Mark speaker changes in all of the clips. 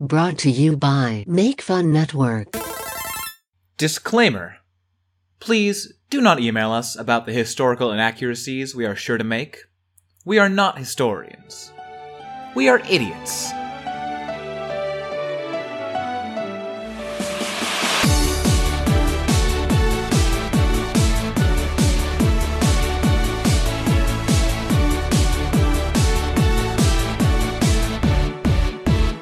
Speaker 1: Brought to you by Make Fun Network.
Speaker 2: Disclaimer Please do not email us about the historical inaccuracies we are sure to make. We are not historians. We are idiots.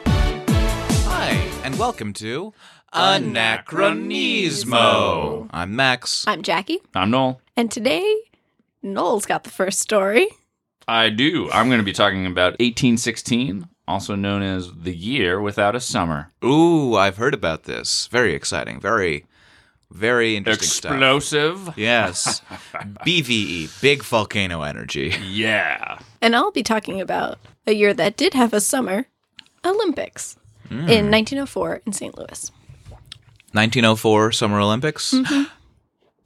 Speaker 2: Hi, and welcome to Anachronismo. I'm Max.
Speaker 3: I'm Jackie,
Speaker 4: I'm Noel.
Speaker 3: and today Noel's got the first story.
Speaker 4: I do. I'm going to be talking about 1816, also known as the year without a summer.
Speaker 2: Ooh, I've heard about this. Very exciting. Very, very interesting stuff.
Speaker 4: Explosive.
Speaker 2: Yes. BVE, big volcano energy.
Speaker 4: Yeah.
Speaker 3: And I'll be talking about a year that did have a summer Olympics
Speaker 4: Hmm.
Speaker 3: in 1904 in St. Louis.
Speaker 2: 1904 Summer Olympics.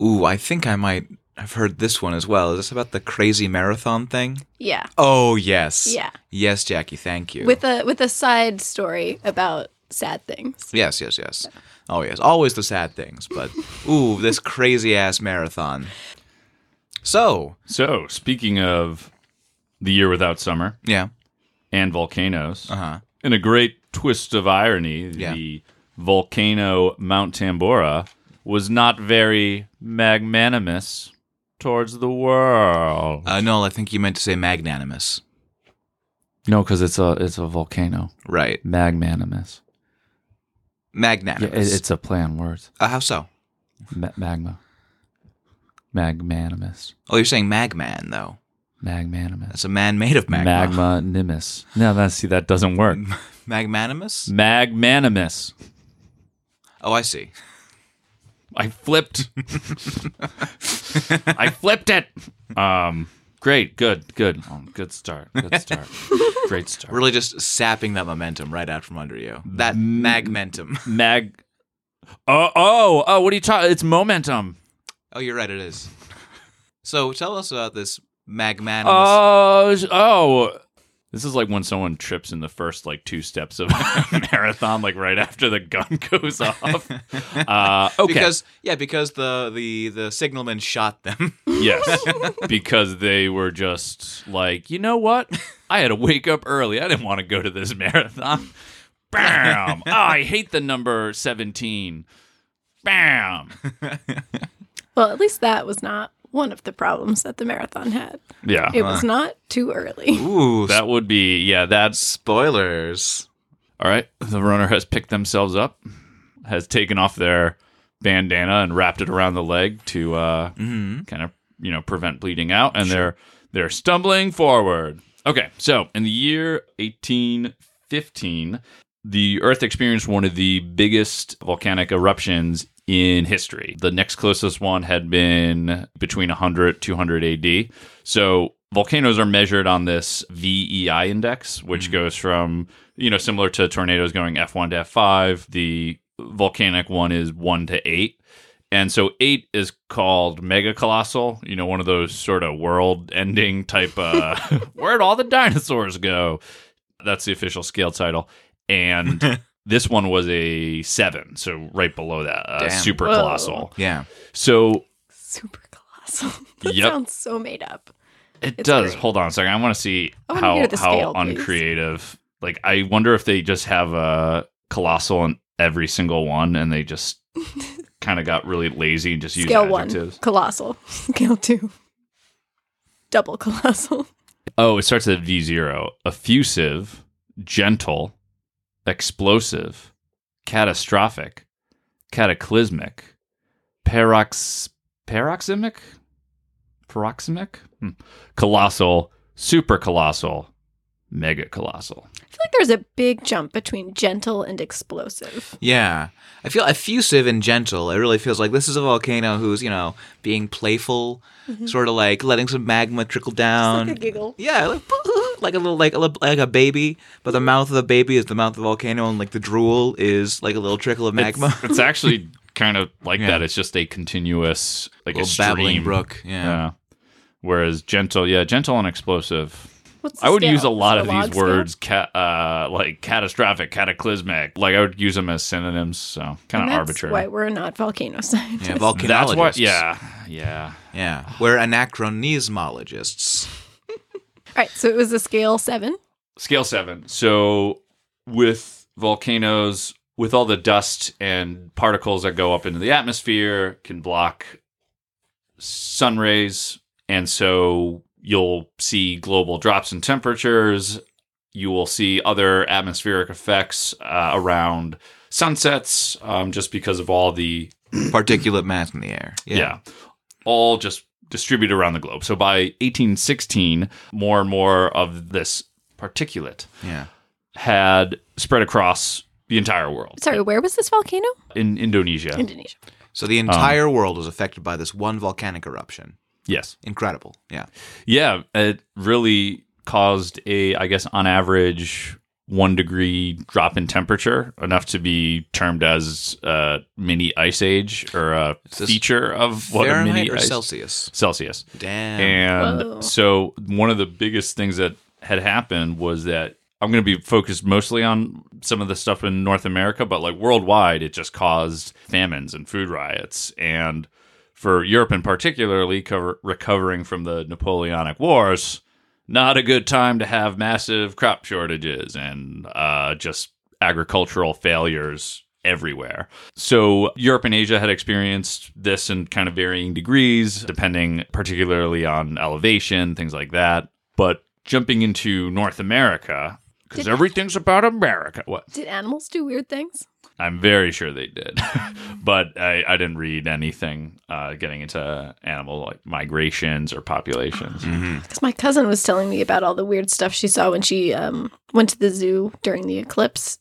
Speaker 2: Ooh, I think I might have heard this one as well. Is this about the crazy marathon thing?
Speaker 3: Yeah.
Speaker 2: Oh, yes.
Speaker 3: Yeah.
Speaker 2: Yes, Jackie, thank you.
Speaker 3: With a with a side story about sad things.
Speaker 2: yes, yes, yes. Oh, yes. Always the sad things, but ooh, this crazy ass marathon. So,
Speaker 4: So, speaking of the year without summer
Speaker 2: yeah.
Speaker 4: and volcanoes,
Speaker 2: Uh-huh.
Speaker 4: in a great twist of irony,
Speaker 2: Yeah.
Speaker 4: the volcano Mount Tambora was not very magnanimous towards the world.
Speaker 2: Uh, Noel, I think you meant to say magnanimous.
Speaker 4: no, because it's a it's a volcano.
Speaker 2: Right.
Speaker 4: Magnanimous. Yeah, it,
Speaker 2: Magnanimous.
Speaker 4: it's a play on words.
Speaker 2: uh, how so?
Speaker 4: Ma- magma. Magmanimous.
Speaker 2: Oh, you're saying magman, though.
Speaker 4: Magmanimous.
Speaker 2: That's a man made of magma.
Speaker 4: Magnanimous. No, that, see, that doesn't work.
Speaker 2: Magnanimous?
Speaker 4: Magmanimous.
Speaker 2: Oh, I see.
Speaker 4: I flipped. I flipped it. Um, great. Good. Good. Um, good start. Good start. Great start.
Speaker 2: really just sapping that momentum right out from under you. That magmentum.
Speaker 4: Mag. Oh, oh, oh, what are you talking? It's momentum.
Speaker 2: Oh, you're right. It is. So tell us about this magmanimous.
Speaker 4: Oh, s- oh. This is like when someone trips in the first like two steps of a marathon, like right after the gun goes off. Uh, okay.
Speaker 2: Because yeah, because the the the signalman shot them.
Speaker 4: yes, because they were just like, you know what? I had to wake up early. I didn't want to go to this marathon. Bam! Oh, I hate the number seventeen. Bam!
Speaker 3: Well, at least that was not one of the problems that the marathon had.
Speaker 4: Yeah,
Speaker 3: It was not too early.
Speaker 2: Ooh,
Speaker 4: that would be yeah. That's
Speaker 2: spoilers.
Speaker 4: All right. The runner has picked themselves up, has taken off their bandana and wrapped it around the leg to uh, kind of you know prevent bleeding out, and they're they're stumbling forward. Okay, so in the year 1815, the Earth experienced one of the biggest volcanic eruptions in history. The next closest one had been between 100 200 AD. So volcanoes are measured on this VEI index, which goes from you know similar to tornadoes going F1 to F5. The volcanic one is one to eight. And so eight is called mega colossal, you know, one of those sort of world ending type uh where'd all the dinosaurs go? That's the official scale title. And this one was a seven, so right below that. Uh,
Speaker 2: Damn.
Speaker 4: super
Speaker 3: Whoa.
Speaker 4: colossal.
Speaker 2: Yeah.
Speaker 4: So
Speaker 3: Super colossal. that
Speaker 4: Yep.
Speaker 3: sounds so made up.
Speaker 4: it
Speaker 3: It's
Speaker 4: does.
Speaker 3: great.
Speaker 4: Hold on a second. I want to see
Speaker 3: I wanna
Speaker 4: how
Speaker 3: hear the
Speaker 4: how
Speaker 3: scale, please.
Speaker 4: uncreative. Like I wonder if they just have a colossal in every single one and they just kind of got really lazy and just used
Speaker 3: Scale one,
Speaker 4: adjectives.
Speaker 3: colossal. Scale two, double colossal.
Speaker 4: Oh, it starts at V0. Effusive, gentle, explosive, catastrophic, cataclysmic, parox- paroxysmic? Paroxysmic? Hmm. Colossal, super colossal, mega colossal.
Speaker 3: I feel like there's a big jump between gentle and explosive.
Speaker 2: Yeah. I feel effusive and gentle. It really feels like this is a volcano who's, you know, being playful, sort of like letting some magma trickle down.
Speaker 3: Mm-hmm. a giggle.
Speaker 2: Yeah, like, like a little like a little- like a baby, but the
Speaker 3: Mm-hmm.
Speaker 2: mouth of the baby is the mouth of the volcano and like the drool is like a little trickle of magma.
Speaker 4: It's, it's actually kind of like
Speaker 2: Yeah.
Speaker 4: that. It's just a continuous, like a
Speaker 2: little babbling
Speaker 4: stream.
Speaker 2: brook. Yeah.
Speaker 4: Yeah. Whereas gentle, yeah, gentle and explosive.
Speaker 3: What's the
Speaker 4: I would
Speaker 3: scale?
Speaker 4: use a lot of
Speaker 3: Is it
Speaker 4: these
Speaker 3: log scale?
Speaker 4: words, ca- uh, like catastrophic, cataclysmic. Like I would use them as synonyms, so kind
Speaker 3: And
Speaker 4: of
Speaker 3: that's
Speaker 4: arbitrary.
Speaker 3: Why we're not volcano scientists.
Speaker 2: Yeah, volcanologists.
Speaker 4: That's why. Yeah, yeah.
Speaker 2: Yeah. We're anachronismologists.
Speaker 3: All right, so it was a scale seven.
Speaker 4: Scale seven. So with volcanoes, with all the dust and particles that go up into the atmosphere, can block sun rays, and so you'll see global drops in temperatures. You will see other atmospheric effects uh, around sunsets, um, just because of all the
Speaker 2: Particulate mass in the air.
Speaker 4: yeah. all just distributed around the globe. So by 1816, more and more of this particulate
Speaker 2: Yeah.
Speaker 4: had spread across the entire world.
Speaker 3: Sorry, where was this volcano?
Speaker 4: In Indonesia.
Speaker 3: Indonesia.
Speaker 2: So the entire world was affected by this one volcanic eruption.
Speaker 4: yes.
Speaker 2: Incredible. Yeah.
Speaker 4: Yeah. It really caused a, I guess, on average, one degree drop in temperature, enough to be termed as a mini ice age or a
Speaker 2: this
Speaker 4: feature of what a
Speaker 2: Fahrenheit
Speaker 4: mini
Speaker 2: or
Speaker 4: ice-
Speaker 2: Celsius?
Speaker 4: Celsius.
Speaker 2: Damn.
Speaker 4: And
Speaker 3: Whoa.
Speaker 4: so one of the biggest things that had happened was that I'm going to be focused mostly on some of the stuff in North America, but like worldwide, it just caused famines and food riots. And for Europe in particularly, cover, recovering from the Napoleonic Wars, not a good time to have massive crop shortages and uh, just agricultural failures everywhere. So Europe and Asia had experienced this in kind of varying degrees, depending particularly on elevation, things like that. But jumping into North America, because
Speaker 3: Did-
Speaker 4: everything's about America. What?
Speaker 3: Did animals do weird things?
Speaker 4: I'm very sure they did, but I, I didn't read anything uh, getting into animal like migrations or populations.
Speaker 2: Mm-hmm.
Speaker 3: Because my cousin was telling me about all the weird stuff she saw when she um, went to the zoo during the eclipse.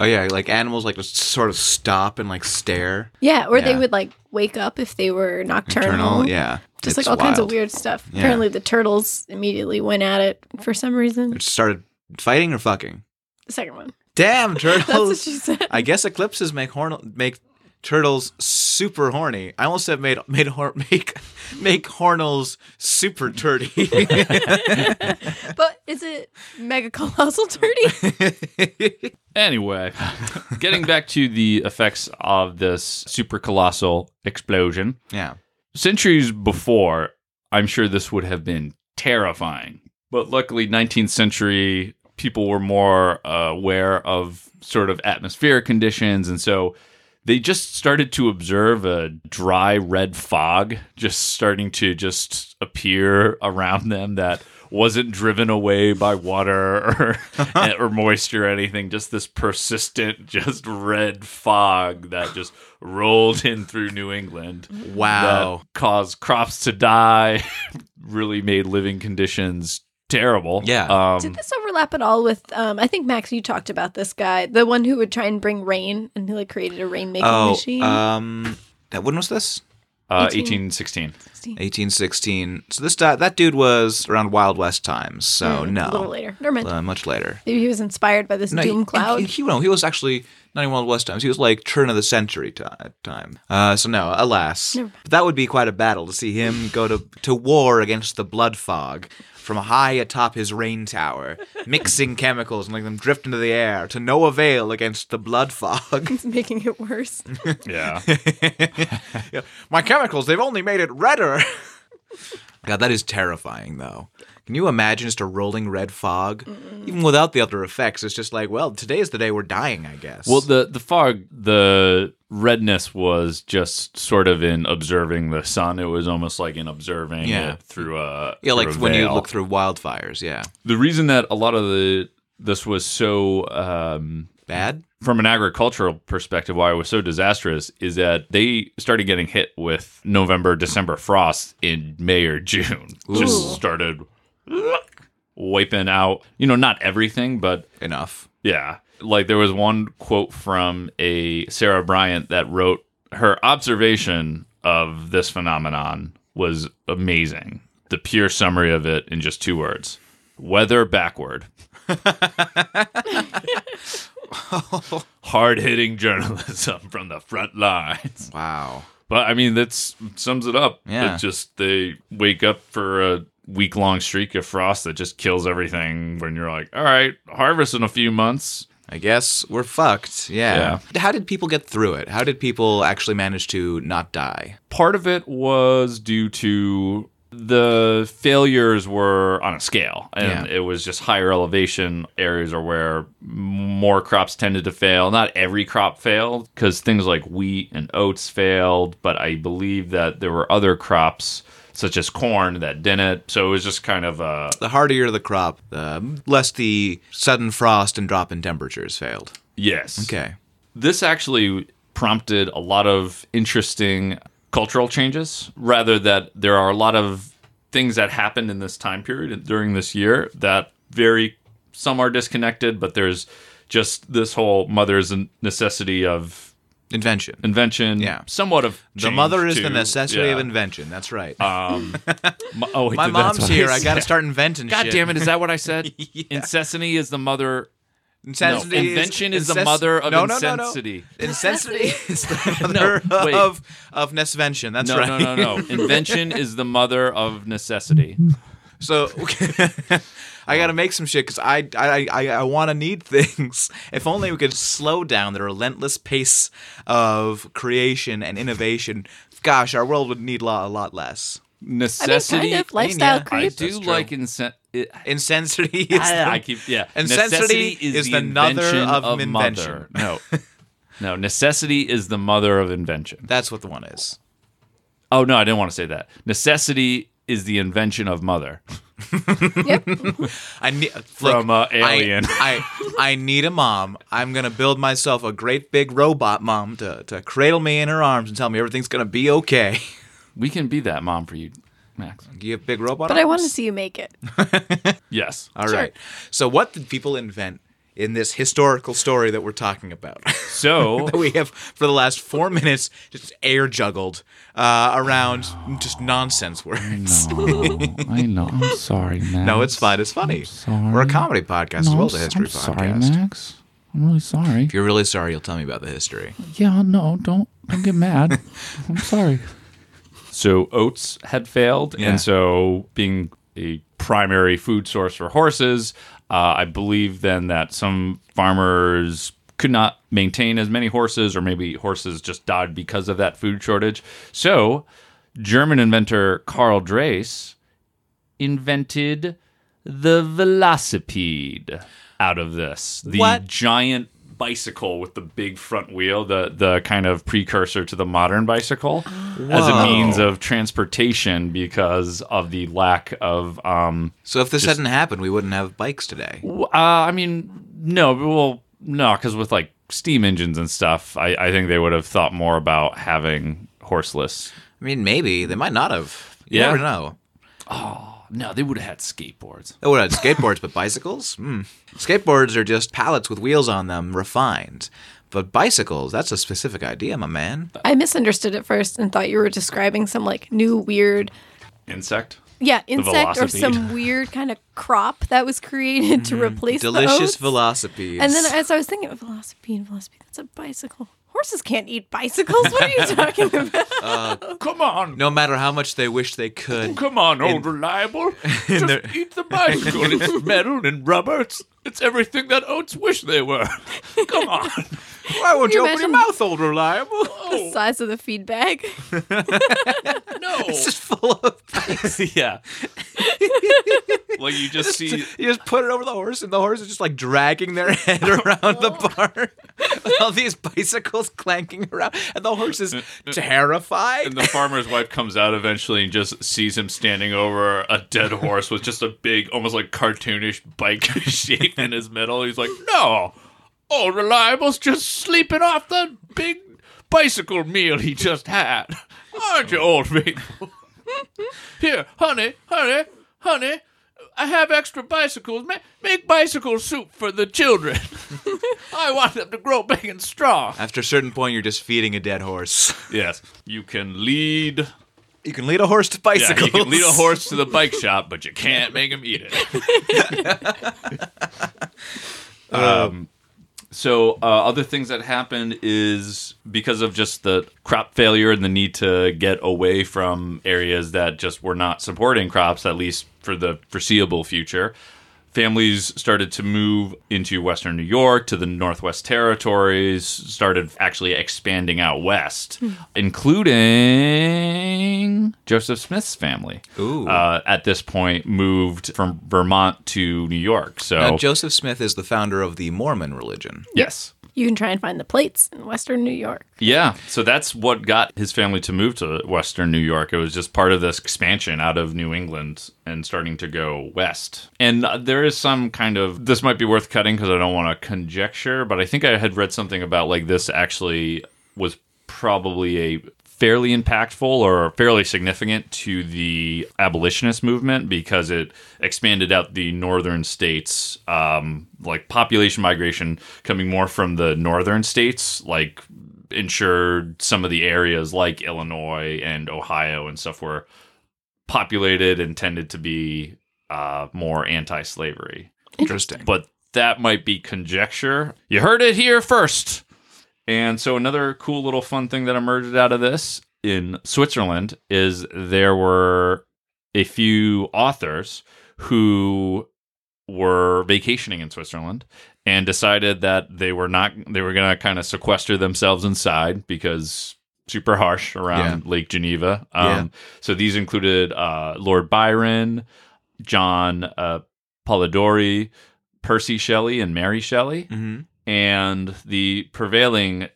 Speaker 2: Oh yeah, like animals like just sort of stop and like stare.
Speaker 3: Yeah, or they
Speaker 2: Yeah.
Speaker 3: would like wake up if they were nocturnal.
Speaker 2: Internal, yeah.
Speaker 3: Just
Speaker 2: It's
Speaker 3: like all kinds of
Speaker 2: wild.
Speaker 3: weird stuff.
Speaker 2: Yeah.
Speaker 3: Apparently, the turtles immediately went at it for some reason.
Speaker 2: It started fighting or fucking.
Speaker 3: The second one.
Speaker 2: Damn
Speaker 3: That's what
Speaker 2: turtles!
Speaker 3: she said.
Speaker 2: I guess eclipses make horn make turtles super horny. I almost said made made hor- make make hornels super turdy.
Speaker 3: But is it mega colossal dirty?
Speaker 4: Anyway, getting back to the effects of this super colossal explosion.
Speaker 2: yeah,
Speaker 4: Centuries before, I'm sure this would have been terrifying. But luckily, 19th century people were more uh, aware of sort of atmospheric conditions. And so they just started to observe a dry red fog just starting to just appear around them that wasn't driven away by water or, or moisture or anything just this persistent just red fog that just rolled in through new england
Speaker 2: Wow.
Speaker 4: that caused crops to die really made living conditions terrible
Speaker 2: Yeah.
Speaker 4: um,
Speaker 3: Did this overlap at all with? Um, I think Max, you talked about this guy, the one who would try and bring rain, and he like created a rain making
Speaker 2: Oh,
Speaker 3: machine.
Speaker 2: um, that when was this?
Speaker 4: uh, 1816
Speaker 2: 1816. So this di- that dude was around Wild West times. So
Speaker 3: Mm,
Speaker 2: oh, no,
Speaker 3: a little later. Never mind.
Speaker 2: Uh, much later.
Speaker 3: Maybe he was inspired by this
Speaker 2: No,
Speaker 3: doom
Speaker 2: he-
Speaker 3: cloud.
Speaker 2: He, he, no, he was actually not even Wild West times. He was like turn of the century ti- time. Uh, so no, alas,
Speaker 3: Never mind.
Speaker 2: but that would be quite a battle to see him go to to war against the blood fog from high atop his rain tower, mixing chemicals and letting them drift into the air to no avail against the blood fog.
Speaker 3: It's making it worse.
Speaker 4: yeah
Speaker 2: Yeah, My chemicals, they've only made it redder. God, that is terrifying, though. Can you imagine just a rolling red fog? Even without the other effects, it's just like, well, today is the day we're dying, I guess.
Speaker 4: Well, the the fog, the redness was just sort of in observing the sun. It was almost like in observing
Speaker 2: Yeah.
Speaker 4: it through a
Speaker 2: yeah, like
Speaker 4: through a
Speaker 2: when you
Speaker 4: veil.
Speaker 2: look through wildfires, yeah.
Speaker 4: The reason that a lot of the this was so um,
Speaker 2: Bad?
Speaker 4: from an agricultural perspective, why it was so disastrous is that they started getting hit with November, December frosts in May or June.
Speaker 3: Ooh.
Speaker 4: Just started wiping out, you know, not everything, but
Speaker 2: Enough.
Speaker 4: yeah. Like there was one quote from a Sarah Bryant that wrote her observation of this phenomenon was amazing. The pure summary of it in just two words. Weather backward. Hard hitting journalism from the front lines.
Speaker 2: Wow.
Speaker 4: But I mean, that's sums it up.
Speaker 2: Yeah.
Speaker 4: It just they wake up for a week long streak of frost that just kills everything when you're like, all right, harvest in a few months.
Speaker 2: I guess we're fucked. Yeah. How did people get through it? How did people actually manage to not die?
Speaker 4: Part of it was due to the failures were on a scale and
Speaker 2: Yeah.
Speaker 4: it was just higher elevation areas are where more crops tended to fail not every crop failed because things like wheat and oats failed but i believe that there were other crops such as corn that didn't so it was just kind of a
Speaker 2: The hardier the crop, the less the sudden frost and drop in temperatures failed.
Speaker 4: yes
Speaker 2: Okay.
Speaker 4: this actually prompted a lot of interesting cultural changes rather that there are a lot of things that happened in this time period and during this year that very some are disconnected but there's just this whole mother's necessity of
Speaker 2: Invention.
Speaker 4: invention
Speaker 2: Yeah.
Speaker 4: somewhat of
Speaker 2: The
Speaker 4: change
Speaker 2: mother is
Speaker 4: to-
Speaker 2: the necessity
Speaker 4: yeah.
Speaker 2: of invention. That's right.
Speaker 4: Mo- oh wait,
Speaker 2: My
Speaker 4: did- that's
Speaker 2: mom's
Speaker 4: what I
Speaker 2: here. I
Speaker 4: said.
Speaker 2: got to start inventing
Speaker 4: god
Speaker 2: shit.
Speaker 4: damn it is that what i said incessity is the mother
Speaker 2: Incensity
Speaker 4: No, invention is the mother of incensity.
Speaker 2: No, no. Incensity is the mother
Speaker 4: No, wait.
Speaker 2: of, of nesvention. That's
Speaker 4: no
Speaker 2: right.
Speaker 4: no no no invention is the mother of necessity
Speaker 2: So I got to make some shit because I I I, I want to need things. If only we could slow down the relentless pace of creation and innovation. Gosh, our world would need a lot, a lot less.
Speaker 3: I mean,
Speaker 4: necessity
Speaker 3: kind of lifestyle
Speaker 2: yeah, I
Speaker 4: I
Speaker 3: creep.
Speaker 4: do
Speaker 2: That's true.
Speaker 4: like insen- it,
Speaker 2: Incensity is the-
Speaker 4: I keep yeah.
Speaker 2: And necessity is the mother
Speaker 4: invention
Speaker 2: of invention.
Speaker 4: mother. No, no. Necessity is the mother of invention.
Speaker 2: that's what the one is.
Speaker 4: Oh no, I didn't want to say that. Necessity is the invention of mother.
Speaker 2: I need
Speaker 4: From,
Speaker 2: like,
Speaker 4: uh, Alien.
Speaker 2: I, I I need a mom. I'm gonna build myself a great big robot mom to to cradle me in her arms and tell me everything's gonna be okay.
Speaker 4: We can be that mom for you, Max.
Speaker 2: You have big robot.
Speaker 3: But I
Speaker 2: arms?
Speaker 3: want to see you make it.
Speaker 4: Yes.
Speaker 2: All right. So, what did people invent in this historical story that we're talking about?
Speaker 4: So
Speaker 2: we have, for the last four minutes, just air juggled uh, around just nonsense words. No,
Speaker 4: I know. I'm sorry, Max.
Speaker 2: it's fine. It's funny.
Speaker 4: sorry.
Speaker 2: We're a comedy podcast as well as a history podcast.
Speaker 4: Max. I'm really sorry.
Speaker 2: If you're really sorry, you'll tell me about the history.
Speaker 4: Yeah, no, don't don't get mad. I'm sorry. So oats had failed,
Speaker 2: Yeah.
Speaker 4: and so being a primary food source for horses, uh, I believe then that some farmers could not maintain as many horses, or maybe horses just died because of that food shortage. So German inventor Carl Dreis invented the velocipede out of this. The
Speaker 2: What?
Speaker 4: giant bicycle with the big front wheel, the the kind of precursor to the modern bicycle as a
Speaker 2: Whoa.
Speaker 4: means of transportation because of the lack of um
Speaker 2: So, if this hadn't happened, we wouldn't have bikes today.
Speaker 4: w- uh, I mean no, but well no, cuz with like steam engines and stuff, I I think they would have thought more about having horseless.
Speaker 2: I mean, maybe they might not have. You
Speaker 4: Yeah.
Speaker 2: never know.
Speaker 4: No, they would have had skateboards.
Speaker 2: They would have had skateboards, but bicycles? Hmm. Skateboards are just pallets with wheels on them, refined. But bicycles, that's a specific idea, my man.
Speaker 3: I misunderstood at first and thought you were describing some like new weird
Speaker 4: Insect?
Speaker 3: Yeah, insect or
Speaker 4: velocipede.
Speaker 3: some weird kind of crop that was created to replace the
Speaker 2: Mm, Delicious
Speaker 3: oats.
Speaker 2: velocipedes.
Speaker 3: And then as I was thinking, velocipede, velocipede, that's a bicycle. Horses can't eat bicycles. What are you talking
Speaker 4: Oh.
Speaker 3: about?
Speaker 4: Come on.
Speaker 2: no matter how much they wish they could.
Speaker 4: Come on, old reliable. Just
Speaker 2: the-
Speaker 4: eat the bicycle. It's metal and rubber. It's, it's everything that oats wish they were. Come on.
Speaker 2: Why won't
Speaker 3: you you open your imagine-
Speaker 2: old reliable?
Speaker 3: the size of the feed bag.
Speaker 4: No.
Speaker 2: Just full of.
Speaker 4: yeah. like you just see
Speaker 2: You just put it over the horse, and the horse is just like dragging their head around the bar. with all these bicycles clanking around, and the horse is terrified.
Speaker 4: and the farmer's wife comes out eventually and just sees him standing over a dead horse with just a big, almost like cartoonish bike shape in his middle. He's like, No. Old reliable's just sleeping off the big bicycle meal he just had. Aren't you old faithful? Here, honey, honey, honey. I have extra bicycles. Ma- make bicycle soup for the children. I want them to grow big and strong.
Speaker 2: After a certain point, you're just feeding a dead horse.
Speaker 4: Yes, you can lead
Speaker 2: You can lead a horse to bicycles.
Speaker 4: Yeah, you can lead a horse to the bike shop, but you can't make him eat it. um, So uh, other things that happened is because of just the crop failure and the need to get away from areas that just were not supporting crops, at least for the foreseeable future. Families started to move into Western New York, to the Northwest Territories, started actually expanding out west, including Joseph Smith's family.
Speaker 2: Ooh.
Speaker 4: Uh, at this point, moved from Vermont to New York. So,
Speaker 2: Now, Joseph Smith is the founder of the Mormon religion.
Speaker 4: yes.
Speaker 3: You can try and find the plates in Western New York.
Speaker 4: Yeah, so that's what got his family to move to Western New York. It was just part of this expansion out of New England and starting to go west. And uh, there is some kind of this might be worth cutting because I don't want to conjecture, but I think I had read something about like this actually was probably a fairly impactful or fairly significant to the abolitionist movement because it expanded out the northern states um, like population migration coming more from the northern states like ensured some of the areas like Illinois and Ohio and stuff were populated and tended to be uh, more anti-slavery.
Speaker 2: Interesting.
Speaker 4: But that might be conjecture. You heard it here first. And so another cool little fun thing that emerged out of this in Switzerland is there were a few authors who were vacationing in Switzerland and decided that they were not they were going to kind of sequester themselves inside because super harsh around Lake Geneva. Um
Speaker 2: Yeah.
Speaker 4: so these included uh Lord Byron, John uh Polidori, Percy Shelley and Mary Shelley
Speaker 2: mm-hmm.
Speaker 4: and the prevailing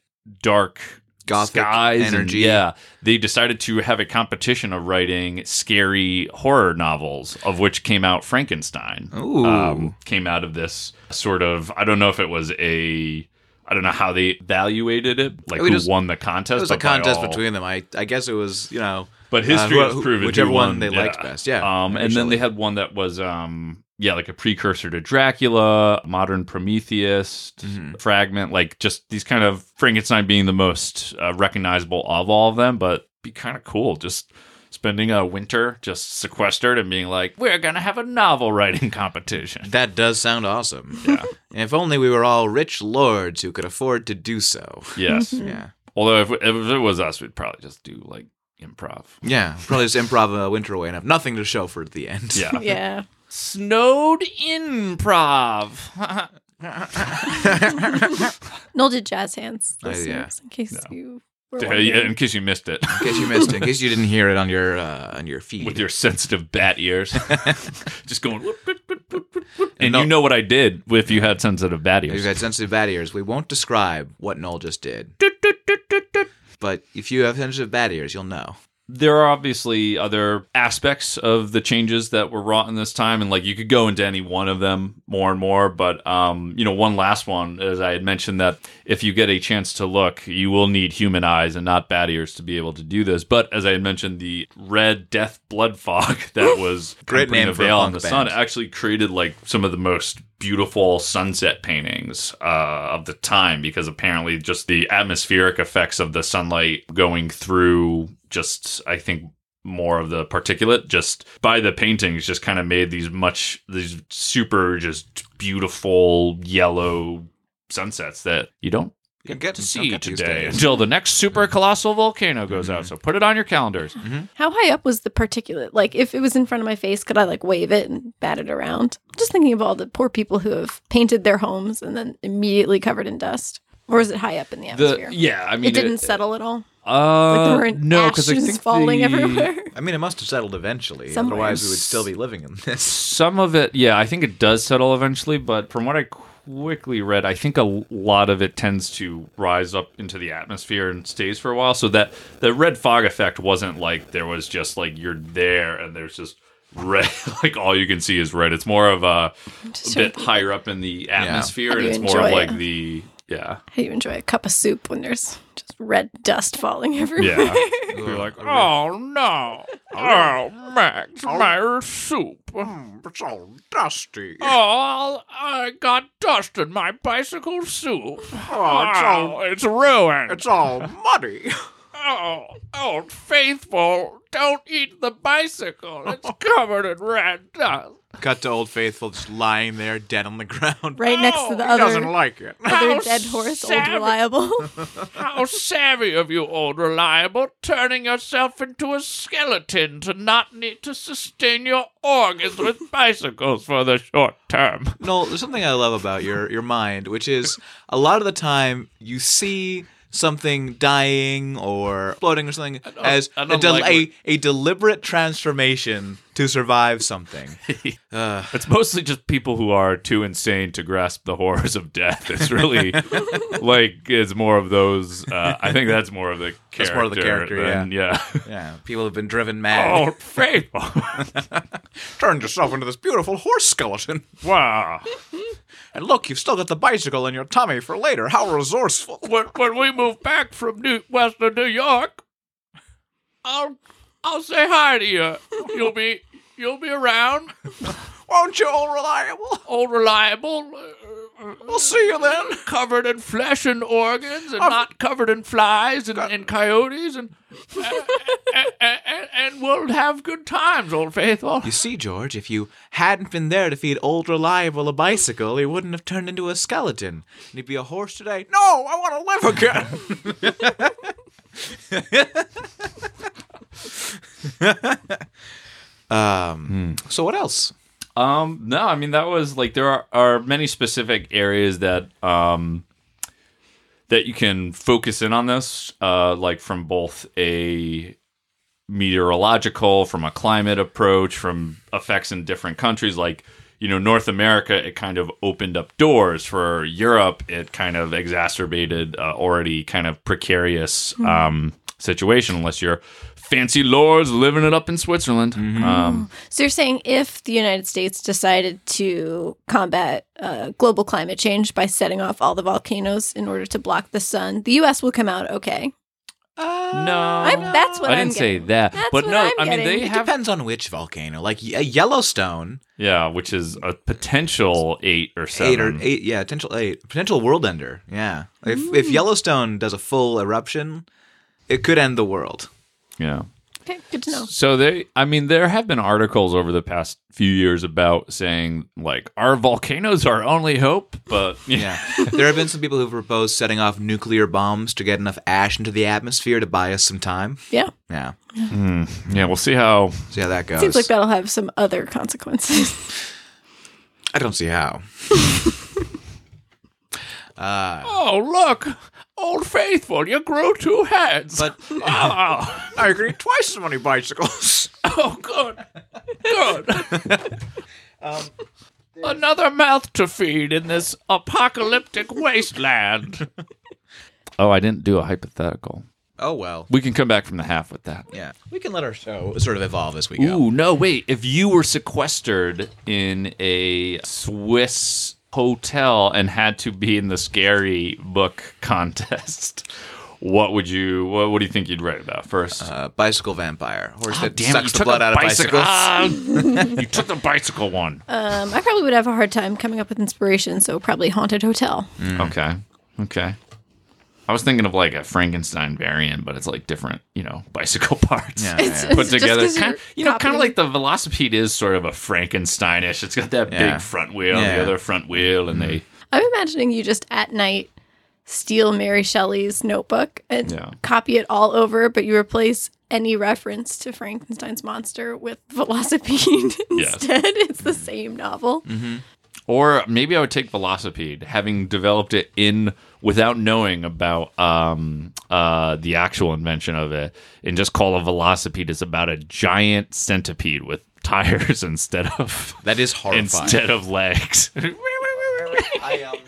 Speaker 4: dark
Speaker 2: Gothic
Speaker 4: skies and-
Speaker 2: energy.
Speaker 4: yeah, they decided to have a competition of writing scary horror novels, of which came out Frankenstein. Um,
Speaker 2: Ooh.
Speaker 4: came out of this sort of I don't know if it was a I don't know how they evaluated it, like
Speaker 2: It was
Speaker 4: who
Speaker 2: just-
Speaker 4: won the contest.
Speaker 2: It was a
Speaker 4: but by
Speaker 2: contest
Speaker 4: all-
Speaker 2: between them. I, I guess it was, you know,
Speaker 4: but history
Speaker 2: Uh, who-
Speaker 4: has
Speaker 2: who-
Speaker 4: proven
Speaker 2: whichever
Speaker 4: who
Speaker 2: one
Speaker 4: won,
Speaker 2: they
Speaker 4: yeah.
Speaker 2: liked best, yeah,
Speaker 4: Um, and then
Speaker 2: initially.
Speaker 4: they had one that was um, yeah, like a precursor to Dracula, modern Prometheus,
Speaker 2: Mm-hmm.
Speaker 4: fragment, like just these kind of Frankenstein being the most uh, recognizable of all of them, but be kind of cool just spending a winter just sequestered and being like, we're gonna have a novel writing competition.
Speaker 2: that does sound awesome. Yeah. if only we were all rich lords who could afford to do so.
Speaker 4: yes.
Speaker 2: Yeah.
Speaker 4: Although if, if it was us, we'd probably just do like improv.
Speaker 2: Yeah. Probably just improv a winter away and have nothing to show for the end.
Speaker 4: Yeah.
Speaker 3: Yeah.
Speaker 4: Snowed improv.
Speaker 3: Noel did jazz hands.
Speaker 2: Oh, yeah.
Speaker 3: listeners, In case you were
Speaker 4: Yeah, yeah, in
Speaker 3: wondering.
Speaker 4: case you missed it.
Speaker 2: In case you missed it, in case you didn't hear it on your uh, on your feed.
Speaker 4: With your sensitive bat ears. Just going. whoop, whoop, whoop, whoop, whoop, whoop. And
Speaker 2: No.
Speaker 4: you know what I did if you had sensitive bat
Speaker 2: If
Speaker 4: ears.
Speaker 2: you've had sensitive bad ears, we won't describe what Noel just did. But if you have sensitive bad ears, you'll know.
Speaker 4: there are obviously other aspects of the changes that were wrought in this time and like you could go into any one of them more and more but um you know one last one as i had mentioned that if you get a chance to look you will need human eyes and not bat ears to be able to do this but as i had mentioned the red death blood fog that was
Speaker 2: Great
Speaker 4: putting
Speaker 2: name
Speaker 4: a
Speaker 2: for a
Speaker 4: veil on the
Speaker 2: punk
Speaker 4: sun
Speaker 2: band.
Speaker 4: actually created like some of the most beautiful sunset paintings uh, of the time because apparently just the atmospheric effects of the sunlight going through just I think more of the particulate just by the paintings just kind of made these much these super just beautiful yellow sunsets that you don't
Speaker 2: You get
Speaker 4: to
Speaker 2: you
Speaker 4: see
Speaker 2: get these
Speaker 4: today
Speaker 2: days. Mm-hmm.
Speaker 4: until the next super colossal volcano goes out so put it on your calendars
Speaker 3: How high up was the particulate? Like, if it was in front of my face, could I like wave it and bat it around? Just thinking of all the poor people who have painted their homes and then immediately covered in dust. Or is it high up in the
Speaker 4: the
Speaker 3: atmosphere?
Speaker 4: yeah I mean
Speaker 3: it didn't settle at all. Like
Speaker 4: uh,
Speaker 3: there were
Speaker 4: no because I
Speaker 3: ashes
Speaker 4: think
Speaker 3: falling
Speaker 4: the-
Speaker 3: everywhere.
Speaker 2: I mean, it must have settled eventually.
Speaker 3: Somewhere.
Speaker 2: Otherwise, we would still be living in this.
Speaker 4: some of it yeah i think it does settle eventually but from what i quickly read i think a lot of it tends to rise up into the atmosphere and stays for a while so that the red fog effect wasn't like there was just like you're there and there's just red like all you can see is red it's more of a, a
Speaker 3: sort
Speaker 4: bit higher up in the atmosphere and
Speaker 3: you
Speaker 4: it's more of
Speaker 3: enjoy
Speaker 4: like
Speaker 3: it.
Speaker 4: the yeah
Speaker 3: How do you enjoy a cup of soup when there's just red dust falling everywhere?
Speaker 4: yeah you're like oh no oh max my soup
Speaker 2: mm, It's all dusty.
Speaker 4: Oh, I got dust in my bicycle soup.
Speaker 2: Oh,
Speaker 4: it's ruined.
Speaker 2: all muddy.
Speaker 4: Oh, oh, faithful, don't eat the bicycle. It's covered in red dust.
Speaker 2: Cut to Old Faithful just lying there dead on the ground.
Speaker 3: Right next to the
Speaker 2: He doesn't
Speaker 3: other,
Speaker 2: like Oh, it.
Speaker 4: How
Speaker 3: other dead horse, old
Speaker 4: savage.
Speaker 3: reliable.
Speaker 4: How savvy of you, old reliable, turning yourself into a skeleton to not need to sustain your organs with bicycles for the short term.
Speaker 2: Noel, there's something I love about your your mind, which is a lot of the time you see something dying or floating or something
Speaker 4: don't-
Speaker 2: as
Speaker 4: I
Speaker 2: a,
Speaker 4: don't
Speaker 2: del-
Speaker 4: like
Speaker 2: a, a deliberate transformation to survive something. Ugh.
Speaker 4: It's mostly just people who are too insane to grasp the horrors of death. It's really like it's more of those. Uh, I think that's more of the character.
Speaker 2: That's more of the character,
Speaker 4: than- yeah.
Speaker 2: yeah, people have been driven
Speaker 4: Oh,
Speaker 2: mad.
Speaker 4: faithful!
Speaker 2: Turned yourself into this beautiful horse skeleton.
Speaker 4: Wow.
Speaker 2: And look, you've still got the bicycle in your tummy for later. How resourceful.
Speaker 4: When, when we move back from New Western New York, I'll I'll say hi to you. You'll be you'll be around,
Speaker 2: Won't you, old reliable?
Speaker 4: old reliable. uh,
Speaker 2: We'll see you then.
Speaker 4: Covered in flesh and organs, and
Speaker 2: I've-
Speaker 4: not covered in flies and, and coyotes, and, uh, and, and uh, and we'll have good times, old faithful.
Speaker 2: You see, George, if you hadn't been there to feed old reliable a bicycle, he wouldn't have turned into a skeleton. And he'd be a horse today. No, I want to live again. um, So what else?
Speaker 4: Um, no, I mean that was like there are, are many specific areas that um that you can focus in on this, uh, like from both a meteorological, from a climate approach, from effects in different countries. Like, you know, North America, it kind of opened up doors. For Europe, it kind of exacerbated uh, already kind of precarious um, situation, unless you're fancy lords living it up in Switzerland. Um,
Speaker 3: So you're saying if the United States decided to combat uh, global climate change by setting off all the volcanoes in order to block the sun, the U.S. will come out okay.
Speaker 4: no,
Speaker 2: Oh.
Speaker 3: I'm, that's what
Speaker 4: I
Speaker 3: am
Speaker 4: didn't say that,
Speaker 3: That's
Speaker 4: but
Speaker 3: what
Speaker 4: no,
Speaker 3: I'm
Speaker 4: I mean
Speaker 3: getting.
Speaker 4: they
Speaker 3: It
Speaker 4: have
Speaker 2: Depends on which volcano. Like Ye- Yellowstone,
Speaker 4: yeah, which is a potential eight or seven.
Speaker 2: eight or eight, yeah, potential eight, potential world ender. Yeah, if if Yellowstone does a full eruption, it could end the world.
Speaker 4: Yeah.
Speaker 3: Okay, good to know.
Speaker 4: So they, I mean, there have been articles over the past few years about saying like our volcanoes are only hope, but yeah,
Speaker 2: Yeah. there have been some people who've proposed setting off nuclear bombs to get enough ash into the atmosphere to buy us some time.
Speaker 3: Yeah,
Speaker 2: Yeah.
Speaker 4: yeah, we'll see how.
Speaker 2: See how that goes.
Speaker 3: seems like that'll have some other consequences.
Speaker 2: I don't see how.
Speaker 4: Oh look, old faithful, you grew two heads.
Speaker 2: But
Speaker 4: wow,
Speaker 2: I agree twice as many bicycles.
Speaker 4: oh good, good. Um, Another mouth to feed in this apocalyptic wasteland. Oh, I didn't do a hypothetical.
Speaker 2: oh well.
Speaker 4: We can come back from the half with that.
Speaker 2: Yeah. We can let our show sort of evolve as we go.
Speaker 4: Ooh, no, wait. If you were sequestered in a Swiss hotel and had to be in the scary book contest, what would you what, what do you think you'd write about first?
Speaker 2: Uh, bicycle vampire. Horse that
Speaker 4: Ah, Damn it,
Speaker 2: sucks the blood out of bicycles. Uh.
Speaker 4: Ah, you took the bicycle one.
Speaker 3: Um, I probably would have a hard time coming up with inspiration, so probably haunted hotel.
Speaker 2: Mm.
Speaker 4: Okay. Okay. I was thinking of like a Frankenstein variant, but it's like different, you know, bicycle parts.
Speaker 2: Yeah, yeah.
Speaker 4: put
Speaker 3: Just
Speaker 4: together.
Speaker 3: 'cause
Speaker 4: Kind
Speaker 3: you're
Speaker 4: you know, kind
Speaker 3: copying-
Speaker 4: of like the Velocipede is sort of a Frankensteinish. It's got that
Speaker 2: Yeah.
Speaker 4: big front wheel,
Speaker 2: Yeah.
Speaker 4: and
Speaker 2: Mm-hmm.
Speaker 4: the other front wheel, and they
Speaker 3: I'm imagining you just at night steal Mary Shelley's notebook and
Speaker 4: Yeah.
Speaker 3: copy it all over, but you replace any reference to Frankenstein's monster with Velocipede
Speaker 4: Yes.
Speaker 3: instead. It's
Speaker 2: Mm.
Speaker 3: the same novel.
Speaker 4: Or maybe I would take Velocipede, having developed it in without knowing about um, uh, the actual invention of it, and just call a Velocipede is about a giant centipede with tires instead of
Speaker 2: That is horrifying.
Speaker 4: instead of legs.
Speaker 2: I, um,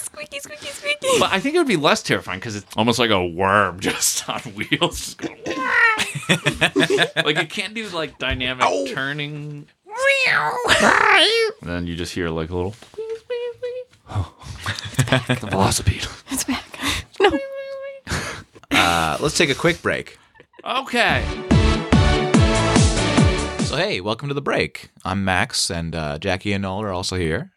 Speaker 3: Squeaky, squeaky, squeaky.
Speaker 4: But I think it would be less terrifying because it's almost like a worm just on wheels. just going, like it can't do like dynamic turning. And then you just hear like a little. the velocipede.
Speaker 3: It's back. No.
Speaker 2: uh, let's take a quick break.
Speaker 4: Okay.
Speaker 2: So hey, welcome to the break. I'm Max, and uh, Jackie and Noel are also here.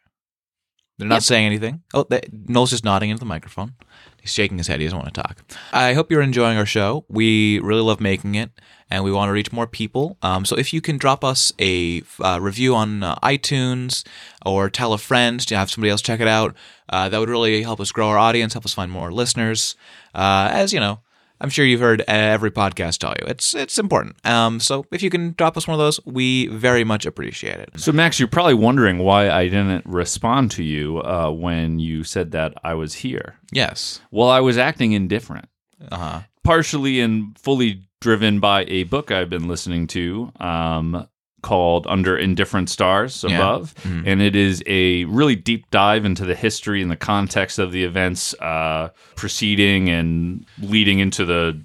Speaker 2: They're not saying anything. Oh, they, Noel's just nodding into the microphone. He's shaking his head. He doesn't want to talk. I hope you're enjoying our show. We really love making it, and we want to reach more people. Um, so if you can drop us a uh, review on uh, iTunes or tell a friend to have somebody else check it out, uh, that would really help us grow our audience, help us find more listeners. Uh, as you know, I'm sure you've heard every podcast tell you it's it's important. Um, so if you can drop us one of those, we very much appreciate it.
Speaker 4: So, Max, you're probably wondering why I didn't respond to you uh, when you said that I was here.
Speaker 2: Yes.
Speaker 4: Well, I was acting indifferent,
Speaker 2: Uh huh.
Speaker 4: partially and fully driven by a book I've been listening to um, called Under Indifferent Stars
Speaker 2: Yeah.
Speaker 4: Above. And it is a really deep dive into the history and the context of the events uh, preceding and leading into the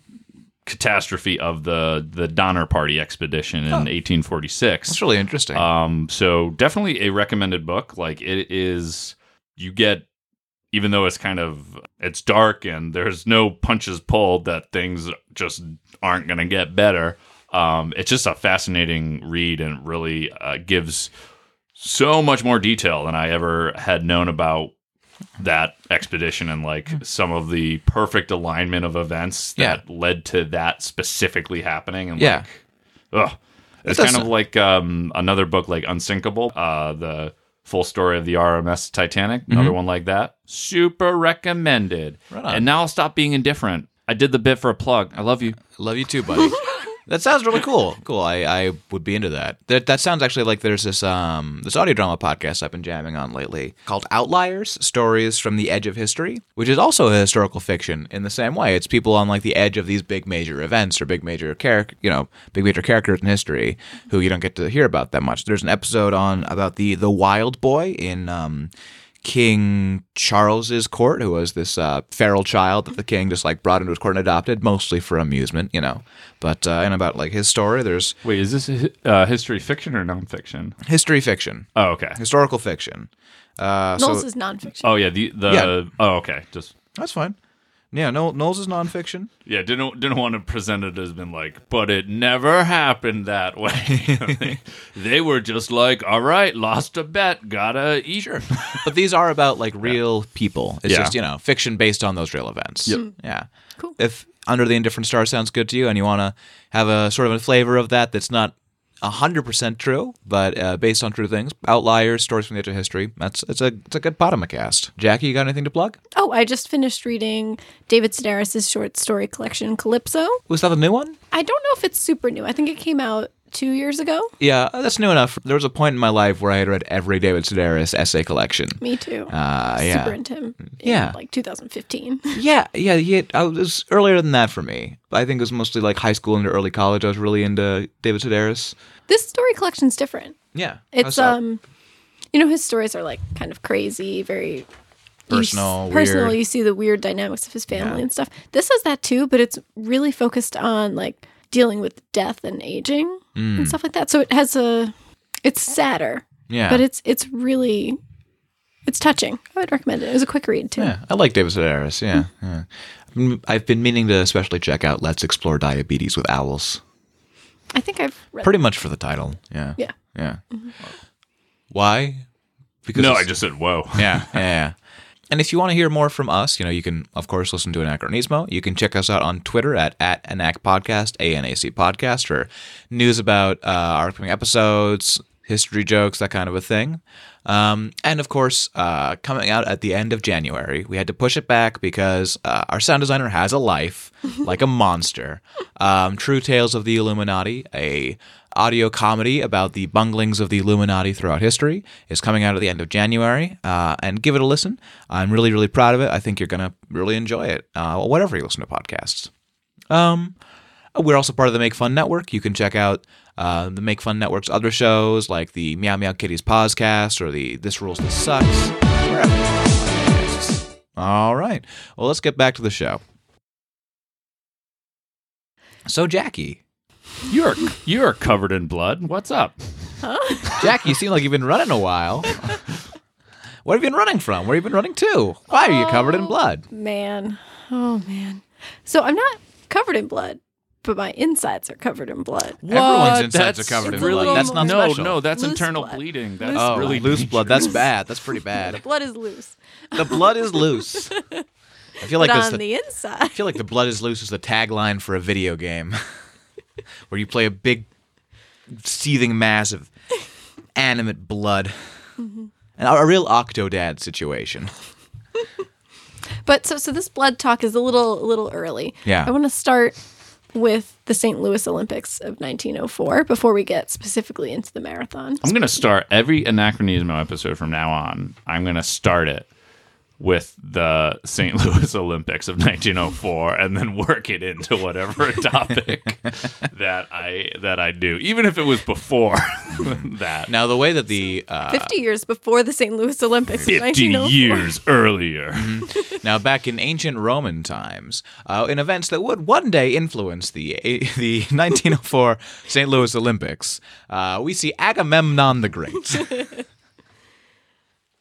Speaker 4: catastrophe of the, the Donner Party expedition in 1846.
Speaker 2: That's really interesting.
Speaker 4: Um, so definitely a recommended book. Like it is, you get even though it's kind of it's dark and there's no punches pulled that things just aren't going to get better. Um, it's just a fascinating read and really uh, gives so much more detail than I ever had known about that expedition and like
Speaker 2: Hmm.
Speaker 4: some of the perfect alignment of events that led to that specifically happening and
Speaker 2: yeah.
Speaker 4: Ugh. It's
Speaker 2: does
Speaker 4: kind of like um, another book like Unsinkable, uh, the full story of the RMS Titanic, another one like that. Super recommended.
Speaker 2: Right on.
Speaker 4: and now I'll stop being indifferent. I did the bit for a plug. I love you.
Speaker 2: Love you too, buddy. that sounds really cool. Cool. I, I would be into that. That that sounds actually like there's this um this audio drama podcast I've been jamming on lately called Outliers: Stories from the Edge of History, which is also a historical fiction in the same way. It's people on like the edge of these big major events or big major character, you know, big major characters in history who you don't get to hear about that much. There's an episode on about the the Wild Boy in um King Charles's court, who was this uh, feral child that the king just like brought into his court and adopted, mostly for amusement, you know. But uh, and about like his story, there's
Speaker 4: Wait, is this uh, history fiction or nonfiction?
Speaker 2: history fiction,
Speaker 4: Oh, okay.
Speaker 2: historical fiction. Uh,
Speaker 3: Knowles
Speaker 2: so
Speaker 3: is nonfiction.
Speaker 4: Oh, yeah. The, the
Speaker 2: Yeah.
Speaker 4: oh, okay. Just
Speaker 2: that's fine. Yeah, no, Knowles is nonfiction.
Speaker 4: yeah. Didn't didn't want to present it as been like, but it never happened that way. they were just like, all right, lost a bet, gotta eat. Sure.
Speaker 2: but these are about like real people. It's
Speaker 4: Yeah.
Speaker 2: just you know fiction based on those real events. Yeah.
Speaker 3: Hmm. Cool.
Speaker 2: If Under the Indifferent Star sounds good to you, and you want to have a sort of a flavor of that that's not hundred percent true, but uh, based on true things, outliers, stories from the edge of history. That's it's a it's a good podcast. Jackie, you got anything to plug?
Speaker 3: Oh, I just finished reading David Sedaris' short story collection Calypso.
Speaker 2: Was that a new one?
Speaker 3: I don't know if it's super new. I think it came out two years ago.
Speaker 2: Yeah, uh, that's new enough. There was a point in my life where I had read every David Sedaris essay collection.
Speaker 3: Me too.
Speaker 2: Uh, yeah.
Speaker 3: Super into him. in,
Speaker 2: Yeah.
Speaker 3: Like 2015.
Speaker 2: Yeah, yeah, yeah. I was, it was earlier than that for me. I think it was mostly like high school into early college. I was really into David Sedaris.
Speaker 3: this story collection's different.
Speaker 2: Yeah,
Speaker 3: It's
Speaker 2: How's that?
Speaker 3: um, you know, his stories are like kind of crazy, very you s-
Speaker 2: Personal,
Speaker 3: personal.
Speaker 2: weird.
Speaker 3: You see the weird dynamics of his family and stuff. This has that too, but it's really focused on like dealing with death and aging
Speaker 2: Mm.
Speaker 3: and stuff like that. So it has a, it's sadder,
Speaker 2: yeah,
Speaker 3: but it's it's really, it's touching. I would recommend it. It was a quick read too.
Speaker 2: yeah. I like David Sedaris. Yeah,
Speaker 3: Hmm.
Speaker 2: yeah. Mm, I've been meaning to especially check out "Let's Explore Diabetes with Owls."
Speaker 3: I think I've read.
Speaker 2: Pretty much for the title. Yeah,
Speaker 3: Yeah. Mm-hmm.
Speaker 2: yeah. Why? Because
Speaker 4: No,
Speaker 2: it's-
Speaker 4: I just said whoa.
Speaker 2: yeah, yeah, yeah. And if you want to hear more from us, you know, you can, of course, listen to Anachronismo. You can check us out on Twitter at, at Anac Podcast, A-N-A-C Podcast, for news about uh, our upcoming episodes, history jokes, that kind of a thing. Um, and, of course, uh, coming out at the end of January, we had to push it back because uh, our sound designer has a life like a monster. Um, True Tales of the Illuminati, a audio comedy about the bunglings of the Illuminati throughout history is coming out at the end of January. Uh, and give it a listen. I'm really, really proud of it. I think you're going to really enjoy it, uh, whatever you listen to podcasts. Um, we're also part of the Make Fun Network. You can check out uh, the Make Fun Network's other shows like the Meow Meow Kitties podcast or the This Rules This Sucks. wherever you find podcasts. All right. Well, let's get back to the show. So, Jackie,
Speaker 4: You're you're covered in blood. What's up?
Speaker 2: Jack, you seem like you've been running a while. What have you been running from? Where have you been running to? Why are you covered in blood?
Speaker 3: Man, oh man. So I'm not covered in blood, but my insides are covered in blood.
Speaker 2: Everyone's insides are covered in
Speaker 3: really-
Speaker 2: blood. That's not
Speaker 4: no,
Speaker 2: special.
Speaker 4: no, that's
Speaker 3: Loose
Speaker 4: internal
Speaker 3: blood.
Speaker 4: bleeding. That's
Speaker 3: Loose
Speaker 2: Oh,
Speaker 4: really
Speaker 2: loose blood. That's
Speaker 4: dangerous.
Speaker 2: bad. That's pretty
Speaker 3: The
Speaker 2: bad.
Speaker 3: blood is loose,
Speaker 2: the blood is loose. I feel like
Speaker 3: but
Speaker 2: that's the,
Speaker 3: on the inside,
Speaker 2: I feel like the blood is loose is the tagline for a video game, where you play a big, seething mass of animate blood, and a a real Octodad situation.
Speaker 3: But so so this blood talk is a little a little early.
Speaker 2: Yeah.
Speaker 3: I want to start with the St. Louis Olympics of 1904 before we get specifically into the marathon.
Speaker 4: I'm gonna start every anachronismo episode from now on. I'm gonna start it with the St. Louis Olympics of 1904, and then work it into whatever topic that I that I do, even if it was before that.
Speaker 2: Now, the way that the uh,
Speaker 3: 50 years before the St. Louis Olympics of
Speaker 4: 50
Speaker 3: 1904.
Speaker 4: years earlier.
Speaker 2: now back in ancient Roman times, uh, in events that would one day influence the the 1904 St. Louis Olympics, uh, we see Agamemnon the Great.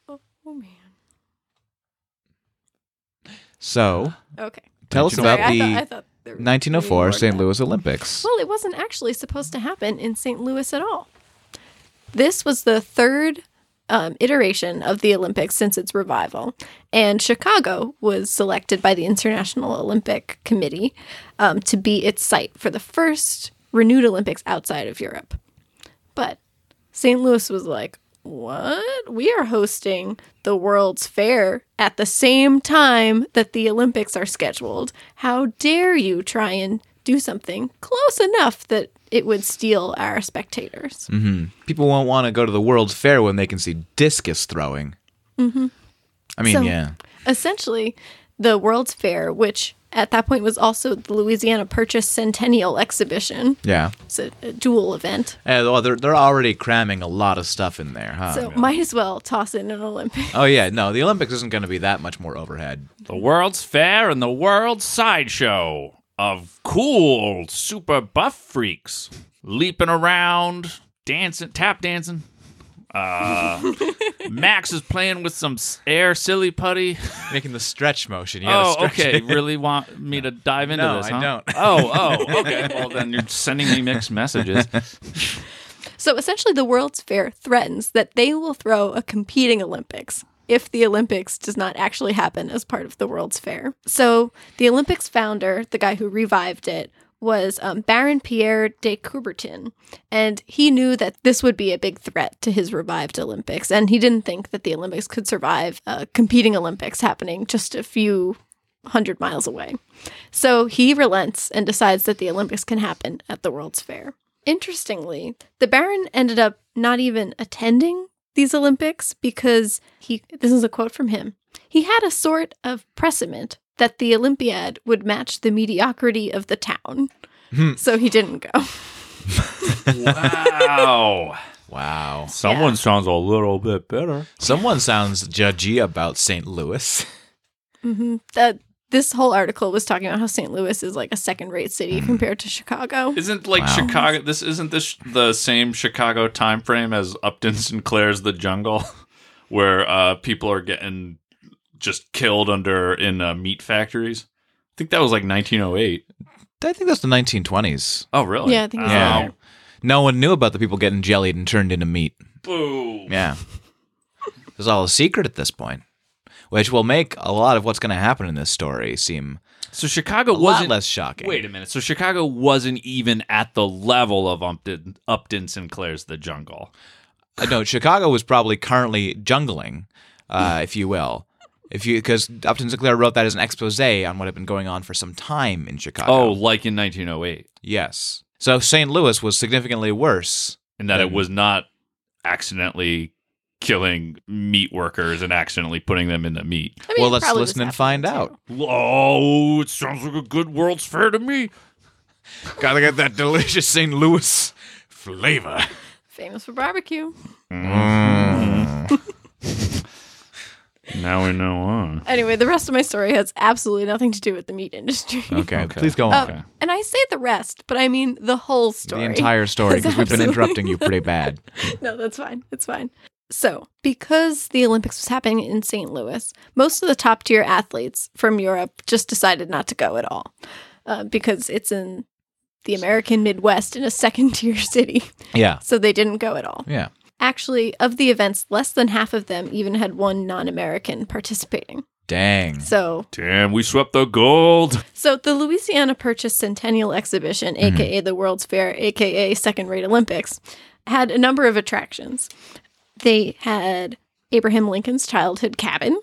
Speaker 3: Oh man.
Speaker 2: So,
Speaker 3: Okay.
Speaker 2: tell us
Speaker 3: Sorry,
Speaker 2: about
Speaker 3: I
Speaker 2: the
Speaker 3: thought, I thought there was
Speaker 2: 1904
Speaker 3: more to
Speaker 2: St.
Speaker 3: that.
Speaker 2: Louis Olympics.
Speaker 3: Well, it wasn't actually supposed to happen in St. Louis at all. This was the third um, iteration of the Olympics since its revival, and Chicago was selected by the International Olympic Committee um, to be its site for the first renewed Olympics outside of Europe. But St. Louis was like, what? We are hosting the World's Fair at the same time that the Olympics are scheduled. How dare you try and do something close enough that it would steal our spectators?
Speaker 2: people won't want to go to the World's Fair when they can see discus throwing. Mm-hmm. I mean,
Speaker 3: So-
Speaker 2: yeah.
Speaker 3: Essentially, the World's Fair, which at that point was also the Louisiana Purchase Centennial Exhibition,
Speaker 2: Yeah.
Speaker 3: it's a, a dual event.
Speaker 2: Eh, well, they're, they're already cramming a lot of stuff in there, huh?
Speaker 3: So, might as well toss in an Olympic.
Speaker 2: oh, yeah. No, the Olympics isn't going to be that much more overhead.
Speaker 4: The World's Fair and the World's Sideshow of cool, super buff freaks leaping around, dancing, tap dancing. Uh, Max is playing with some s- air silly putty.
Speaker 2: Making the stretch motion. You gotta
Speaker 4: Oh,
Speaker 2: stretch
Speaker 4: okay.
Speaker 2: it.
Speaker 4: Really want me to dive into
Speaker 2: No,
Speaker 4: this?
Speaker 2: I
Speaker 4: huh?
Speaker 2: don't.
Speaker 4: Oh, oh, okay. Well, then you're sending me mixed messages.
Speaker 3: So essentially, the World's Fair threatens that they will throw a competing Olympics if the Olympics does not actually happen as part of the World's Fair. So the Olympics founder, the guy who revived it, was um, Baron Pierre de Coubertin. And he knew that this would be a big threat to his revived Olympics. And he didn't think that the Olympics could survive a competing Olympics happening just a few hundred miles away. So he relents and decides that the Olympics can happen at the World's Fair. Interestingly, the Baron ended up not even attending these Olympics because he, this is a quote from him, he had a sort of presentiment that the Olympiad would match the mediocrity of the town.
Speaker 2: Hmm.
Speaker 3: So he didn't go.
Speaker 4: Wow.
Speaker 2: Wow.
Speaker 4: Someone sounds a little bit better.
Speaker 2: Someone sounds judgy about St. Louis.
Speaker 3: hmm That this whole article was talking about how St. Louis is like a second-rate city
Speaker 2: Hmm.
Speaker 3: compared to Chicago.
Speaker 4: Isn't like
Speaker 2: Wow.
Speaker 4: Chicago? This isn't this the same Chicago time frame as Upton Sinclair's The Jungle, where uh, people are getting just killed under in uh, meat factories. I think that was like 1908.
Speaker 2: I think that's the 1920s.
Speaker 4: Oh, really?
Speaker 3: Yeah, I think
Speaker 4: Oh,
Speaker 3: so.
Speaker 2: Yeah. No one knew about the people getting jellied and turned into meat.
Speaker 4: Boo.
Speaker 2: Yeah. It was all a secret at this point, which will make a lot of what's going to happen in this story seem
Speaker 4: So
Speaker 2: a
Speaker 4: Chicago
Speaker 2: lot
Speaker 4: wasn't.
Speaker 2: less shocking.
Speaker 4: Wait a minute. So Chicago wasn't even at the level of Upton, Upton Sinclair's The Jungle.
Speaker 2: Uh, no, Chicago was probably currently jungling, uh, if you will. If you because Upton Sinclair wrote that as an expose on what had been going on for some time in Chicago.
Speaker 4: Oh, like in 1908,
Speaker 2: yes. So St. Louis was significantly worse.
Speaker 4: and that it
Speaker 2: Mm.
Speaker 4: was not accidentally killing meat workers and accidentally putting them into meat.
Speaker 3: I
Speaker 2: well,
Speaker 3: it
Speaker 2: let's
Speaker 3: probably
Speaker 2: listen
Speaker 3: was
Speaker 2: and find
Speaker 3: happening,
Speaker 2: out.
Speaker 3: too.
Speaker 4: Oh, it sounds like a good World's Fair to me.
Speaker 2: Gotta get that delicious St. Louis flavor.
Speaker 3: Famous for barbecue.
Speaker 4: Now we know why.
Speaker 3: Anyway, the rest of my story has absolutely nothing to do with the meat industry.
Speaker 2: Okay,
Speaker 4: Okay.
Speaker 2: please go
Speaker 3: Uh,
Speaker 4: Oh,
Speaker 2: on.
Speaker 3: and I say the rest, but I mean the whole story.
Speaker 2: The entire story because we've been
Speaker 3: Absolutely.
Speaker 2: interrupting you pretty bad.
Speaker 3: no, that's fine. That's fine. So, because the Olympics was happening in St. Louis, most of the top tier athletes from Europe just decided not to go at all uh, because it's in the American Midwest in a second tier city.
Speaker 2: Yeah.
Speaker 3: So they didn't go at all.
Speaker 2: Yeah.
Speaker 3: Actually, of the events, less than half of them even had one non American participating.
Speaker 2: Dang.
Speaker 3: So
Speaker 4: Damn, we swept the gold.
Speaker 3: So the Louisiana Purchase Centennial Exhibition, aka the World's Fair, aka Second Rate Olympics, had a number of attractions. They had Abraham Lincoln's childhood cabin.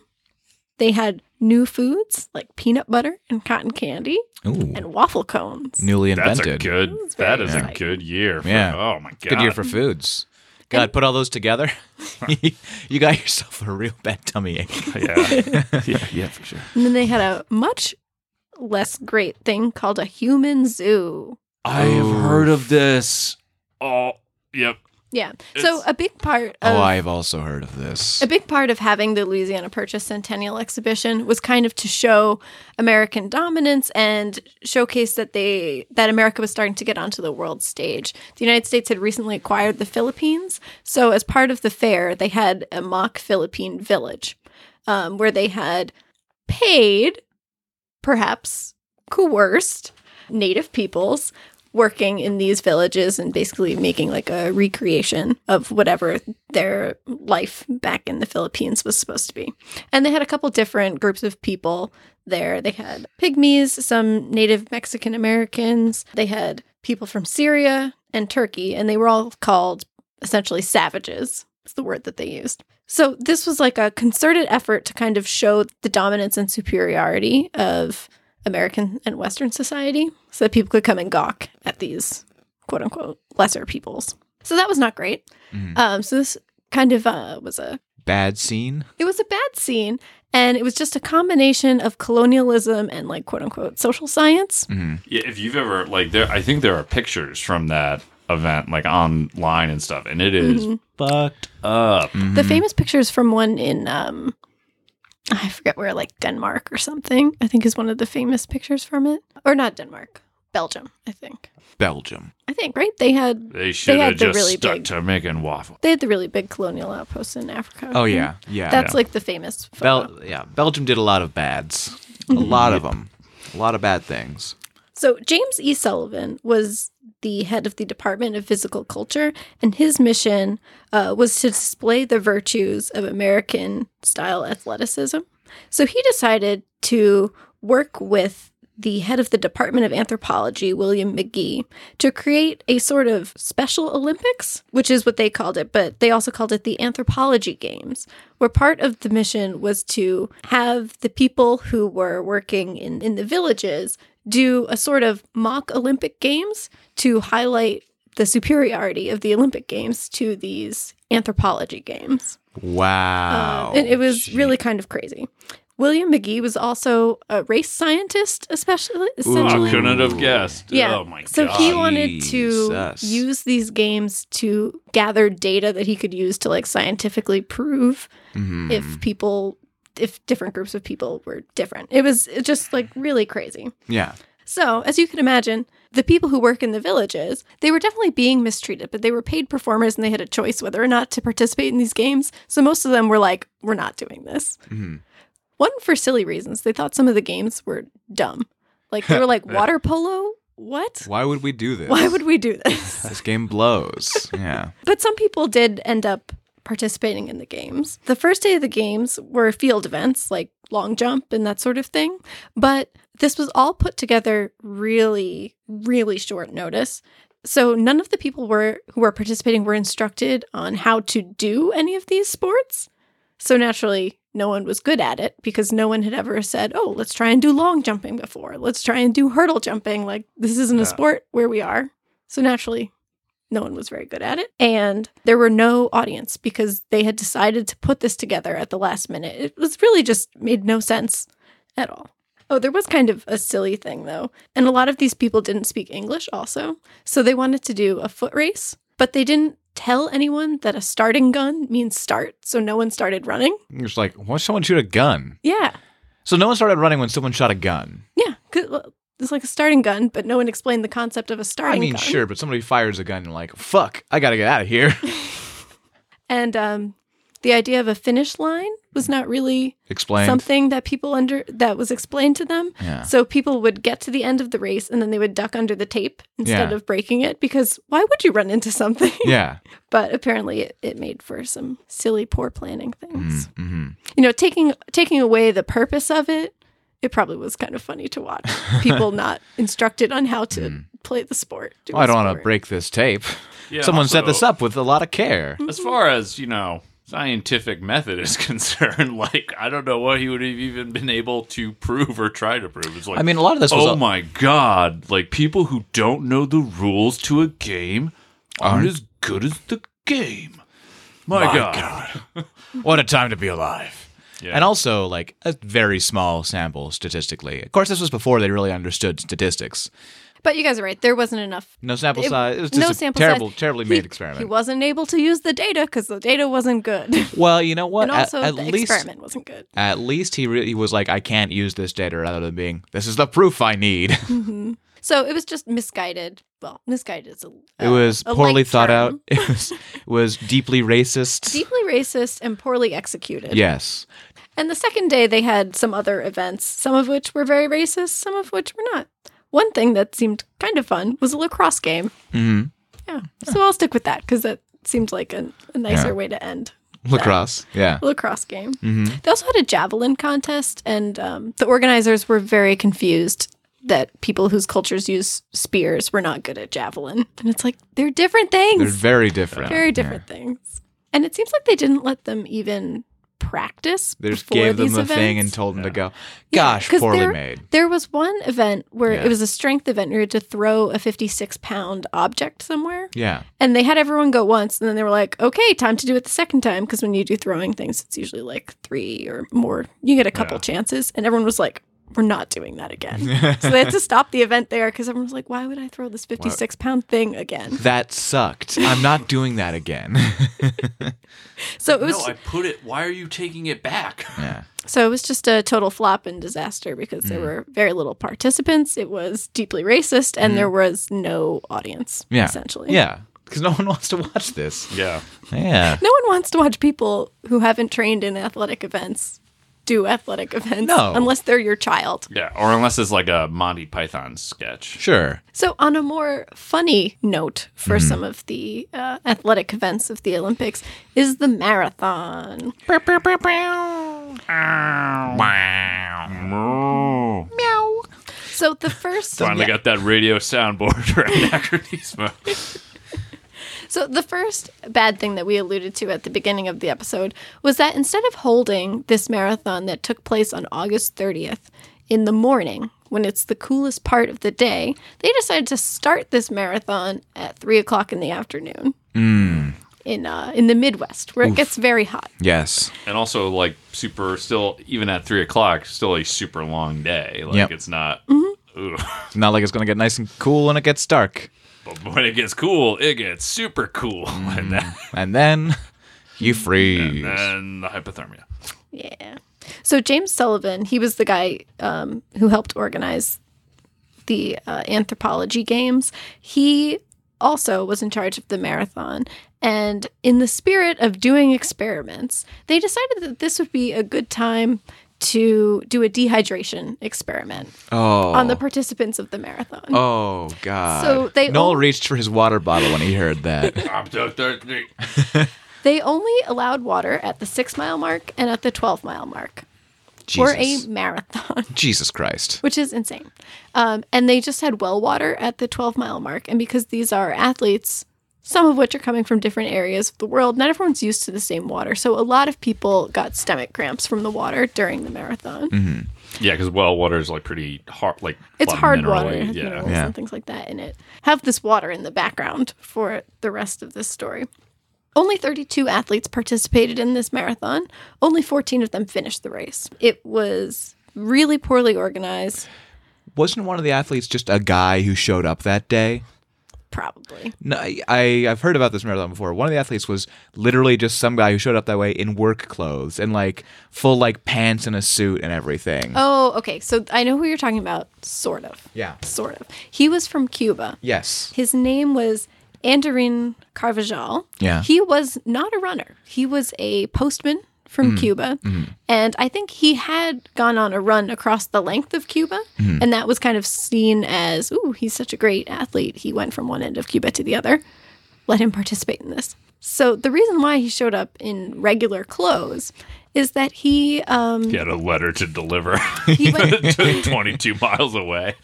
Speaker 3: They had new foods like peanut butter and cotton candy
Speaker 2: Ooh.
Speaker 3: and waffle cones.
Speaker 2: Newly
Speaker 4: That's
Speaker 2: invented.
Speaker 4: a good.
Speaker 3: That's very
Speaker 4: That is a
Speaker 3: exciting.
Speaker 4: good year. For,
Speaker 2: Yeah.
Speaker 4: Oh my god.
Speaker 2: Good year for foods. God, put all those together. you got yourself a real bad tummy ache.
Speaker 4: yeah. yeah. Yeah. For sure.
Speaker 3: And then they had a much less great thing called a human zoo.
Speaker 4: I have heard of this. Oh. Yep.
Speaker 3: Yeah. so
Speaker 4: It's-
Speaker 3: a big part of
Speaker 2: Oh, I've also heard of this.
Speaker 3: A big part of having the Louisiana Purchase Centennial Exhibition was kind of to show American dominance and showcase that they that America was starting to get onto the world stage. The United States had recently acquired the Philippines, so as part of the fair, they had a mock Philippine village um, where they had paid, perhaps coerced, native peoples working in these villages and basically making like a recreation of whatever their life back in the Philippines was supposed to be. And they had a couple different groups of people there. They had pygmies, some native Mexican Americans, they had people from Syria and Turkey, and they were all called essentially savages. It's the word that they used. So this was like a concerted effort to kind of show the dominance and superiority of American and Western society so that people could come and gawk at these quote unquote lesser peoples. So that was not great.
Speaker 2: Mhm.
Speaker 3: Um, so this kind of uh, was a
Speaker 2: Bad scene.
Speaker 3: it was a bad scene and it was just a combination of colonialism and like quote unquote social science.
Speaker 4: Yeah, if you've ever like there, I think there are pictures from that event like online and stuff, and it is fucked up.
Speaker 2: Mm-hmm.
Speaker 3: The famous pictures from one in um I forget where like Denmark or something. I think is one of the famous pictures from it. Or not Denmark. Belgium, I think.
Speaker 2: Belgium.
Speaker 3: I think, right? They had
Speaker 4: They should have
Speaker 3: had the
Speaker 4: just
Speaker 3: really
Speaker 4: stuck
Speaker 3: big-
Speaker 4: to making waffle.
Speaker 3: they had the really big colonial outposts in Africa.
Speaker 2: Oh yeah, yeah.
Speaker 3: Mm-hmm. That's like the famous photo.
Speaker 2: Bel- yeah. Belgium did a lot of bads. A
Speaker 3: Mm-hmm.
Speaker 2: lot of them. A lot of bad things.
Speaker 3: So James E. Sullivan was the head of the Department of Physical Culture, and his mission uh, was to display the virtues of American style athleticism. So he decided to work with the head of the Department of Anthropology, William McGee, to create a sort of special Olympics, which is what they called it, but they also called it the Anthropology Games, where part of the mission was to have the people who were working in, in the villages do a sort of mock Olympic Games to highlight the superiority of the Olympic Games to these anthropology games.
Speaker 2: Wow.
Speaker 3: Um, and it was really kind of crazy. William McGee was also a race scientist, especially
Speaker 4: Ooh, I
Speaker 3: essentially.
Speaker 4: couldn't have guessed.
Speaker 3: Yeah.
Speaker 4: Oh my
Speaker 3: so
Speaker 4: god.
Speaker 3: he wanted to
Speaker 2: Jesus.
Speaker 3: use these games to gather data that he could use to like scientifically prove
Speaker 2: Mhm.
Speaker 4: Mm-hmm.
Speaker 3: if people if different groups of people were different. It was just like really crazy.
Speaker 2: yeah.
Speaker 3: So, as you can imagine, the people who work in the villages, they were definitely being mistreated, but they were paid performers and they had a choice whether or not to participate in these games. So most of them were like, we're not doing this.
Speaker 2: Mhm.
Speaker 3: One for silly reasons. They thought some of the games were dumb. Like they were like water polo? What?
Speaker 2: Why would we do this?
Speaker 3: Why would we do this?
Speaker 2: this game blows? yeah.
Speaker 3: But some people did end up participating in the games. The first day of the games were field events like long jump and that sort of thing, but this was all put together really really short notice. So none of the people were who were participating were instructed on how to do any of these sports. So naturally, no one was good at it because no one had ever said, "Oh, let's try and do long jumping before. Let's try and do hurdle jumping." Like this isn't a sport where we are. So naturally, no one was very good at it. And there were no audience because they had decided to put this together at the last minute. It was really just made no sense at all. Oh, there was kind of a silly thing though. And a lot of these people didn't speak English also. So they wanted to do a foot race, but they didn't tell anyone that a starting gun means start. So no one started running.
Speaker 2: It's like, why someone shoot a gun?
Speaker 3: Yeah.
Speaker 2: So no one started running when someone shot a gun.
Speaker 3: Yeah. 'Cause, well, It's like a starting gun, but no one explained the concept of a starting
Speaker 2: I mean,
Speaker 3: gun.
Speaker 2: sure, but somebody fires a gun and like, fuck, I gotta get out of here.
Speaker 3: And um, the idea of a finish line was not really
Speaker 2: Explain.
Speaker 3: something that people under that was explained to them.
Speaker 2: Yeah.
Speaker 3: So people would get to the end of the race and then they would duck under the tape instead
Speaker 2: Yeah.
Speaker 3: of breaking it because why would you run into something?
Speaker 2: Yeah.
Speaker 3: but apparently it, it made for some silly poor planning things.
Speaker 2: Mm-hmm.
Speaker 3: You know, taking taking away the purpose of it, it probably was kind of funny to watch. People not instructed on how to play the sport. do
Speaker 2: Hmm. Well, I
Speaker 3: the
Speaker 2: don't want to
Speaker 3: sport.
Speaker 2: break this tape.
Speaker 4: Yeah,
Speaker 2: Someone set
Speaker 4: also-
Speaker 2: this up with a lot of care.
Speaker 3: Mm-hmm.
Speaker 4: As far as, you know, scientific method is concerned, like, I don't know what he would have even been able to prove or try to prove. It's like,
Speaker 2: I mean, a lot of this was
Speaker 4: oh
Speaker 2: a-
Speaker 4: my God, like, people who don't know the rules to a game aren't as good as the game. My, God.
Speaker 2: what a time to be alive.
Speaker 4: Yeah.
Speaker 2: And also, like, a very small sample statistically. Of course, this was before they really understood statistics.
Speaker 3: But you guys are right. There wasn't enough.
Speaker 2: No sample
Speaker 3: it-
Speaker 2: size. It was just a terrible, terribly
Speaker 3: He-
Speaker 2: made experiment.
Speaker 3: He wasn't able to use the data because the data wasn't good,
Speaker 2: well, you know what?
Speaker 3: and also
Speaker 2: at, at
Speaker 3: the
Speaker 2: least,
Speaker 3: experiment wasn't good.
Speaker 2: at least he really was like, I can't use this data, rather than being, this is the proof I need.
Speaker 3: So it was just misguided. Well, misguided is a um,
Speaker 2: it was
Speaker 3: Uh, a light
Speaker 2: poorly thought
Speaker 3: term.
Speaker 2: out. It was, it was deeply racist.
Speaker 3: deeply racist, and poorly executed.
Speaker 2: yes.
Speaker 3: And the second day, they had some other events, some of which were very racist, some of which were not. One thing that seemed kind of fun was a lacrosse game.
Speaker 2: Mhm.
Speaker 3: Yeah. So I'll stick with that because that seemed like a, a nicer way to end
Speaker 2: Lacrosse. Yeah.
Speaker 3: a lacrosse game.
Speaker 2: Mm-hmm.
Speaker 3: They also had a javelin contest, and um, the organizers were very confused that people whose cultures use spears were not good at javelin. And it's like, they're different things.
Speaker 2: They're very different.
Speaker 3: very different things. And it seems like they didn't let them even practice.
Speaker 2: They just
Speaker 3: before
Speaker 2: gave them
Speaker 3: these
Speaker 2: the thing and
Speaker 3: events.
Speaker 2: told them to go.
Speaker 3: Yeah,
Speaker 2: Gosh,
Speaker 3: 'cause
Speaker 2: poorly
Speaker 3: there,
Speaker 2: made.
Speaker 3: There was one event where
Speaker 2: Yeah.
Speaker 3: it was a strength event. You had to throw a 56 pound object somewhere.
Speaker 2: Yeah.
Speaker 3: And they had everyone go once. And then they were like, okay, time to do it the second time. Because when you do throwing things, it's usually like three or more. You get a couple chances. And everyone was like, we're not doing that again. so they had to stop the event there because everyone was like, why would I throw this 56 pound thing again?
Speaker 2: That sucked. I'm not doing that again.
Speaker 3: So it was.
Speaker 4: no, I put it. Why are you taking it back?
Speaker 2: yeah.
Speaker 3: So it was just a total flop and disaster because there were very little participants. It was deeply racist, and there was no audience.
Speaker 2: Yeah.
Speaker 3: essentially.
Speaker 2: Yeah. Because no one wants to watch this.
Speaker 4: Yeah.
Speaker 2: Yeah.
Speaker 3: no one wants to watch people who haven't trained in athletic events do athletic events.
Speaker 2: No.
Speaker 3: unless they're your child.
Speaker 4: Yeah. Or unless it's like a Monty Python sketch.
Speaker 2: Sure.
Speaker 3: So, on a more funny note for some of the uh, athletic events of the Olympics is the marathon. So the first
Speaker 4: Finally got that radio soundboard right, Acronismo.
Speaker 3: So the first bad thing that we alluded to at the beginning of the episode was that instead of holding this marathon that took place on August 30th in the morning, when it's the coolest part of the day, they decided to start this marathon at three o'clock in the afternoon in uh, in the Midwest, where it gets very hot.
Speaker 2: Yes.
Speaker 4: and also like super still even at three o'clock still a super long day like
Speaker 2: Yep.
Speaker 4: it's not Ugh.
Speaker 2: It's not like it's going to get nice and cool when it gets dark.
Speaker 4: but when it gets cool it gets super cool and then,
Speaker 2: And then you freeze.
Speaker 4: then the hypothermia
Speaker 3: Yeah. So James Sullivan, he was the guy um, who helped organize the uh, anthropology games. He also was in charge of the marathon. And in the spirit of doing experiments, they decided that this would be a good time to do a dehydration experiment
Speaker 2: oh.
Speaker 3: on the participants of the marathon.
Speaker 2: oh, God.
Speaker 3: Um, So they
Speaker 2: Noel
Speaker 3: all-
Speaker 2: reached for his water bottle when he heard that.
Speaker 4: I'm so thirsty.
Speaker 3: They only allowed water at the six mile mark and at the 12 mile mark for
Speaker 2: Jesus.
Speaker 3: a marathon.
Speaker 2: Jesus Christ.
Speaker 3: which is insane. Um, and they just had well water at the 12 mile mark. And because these are athletes, some of which are coming from different areas of the world, not everyone's used to the same water. So a lot of people got stomach cramps from the water during the marathon.
Speaker 4: yeah because well water is like pretty hard like Mm-hmm. a
Speaker 3: It's
Speaker 4: lot of
Speaker 3: hard
Speaker 4: mineral
Speaker 3: water, it
Speaker 4: weight.
Speaker 3: has
Speaker 4: yeah
Speaker 3: minerals
Speaker 2: Yeah.
Speaker 3: and things like that in it. Have this water in the background for the rest of this story. Only 32 athletes participated in this marathon. Only 14 of them finished the race. It was really poorly organized,
Speaker 2: Wasn't one of the athletes just a guy who showed up that day?
Speaker 3: probably.
Speaker 2: No, I, I I've heard about this marathon before. One of the athletes was literally just some guy who showed up that way in work clothes and like full like pants and a suit and everything.
Speaker 3: Oh, okay. So I know who you're talking about, sort of.
Speaker 2: Yeah.
Speaker 3: Sort of. He was from Cuba.
Speaker 2: Yes.
Speaker 3: His name was Andarin Carvajal.
Speaker 2: Yeah.
Speaker 3: He was not a runner. He was a postman from
Speaker 2: Mm.
Speaker 3: Cuba.
Speaker 2: Mm-hmm.
Speaker 3: And I think he had gone on a run across the length of Cuba.
Speaker 2: Mm-hmm.
Speaker 3: And that was kind of seen as, ooh, he's such a great athlete. He went from one end of Cuba to the other. Let him participate in this. So the reason why he showed up in regular clothes is that he um,
Speaker 4: He had a letter to deliver
Speaker 3: he went
Speaker 4: to 22 miles away.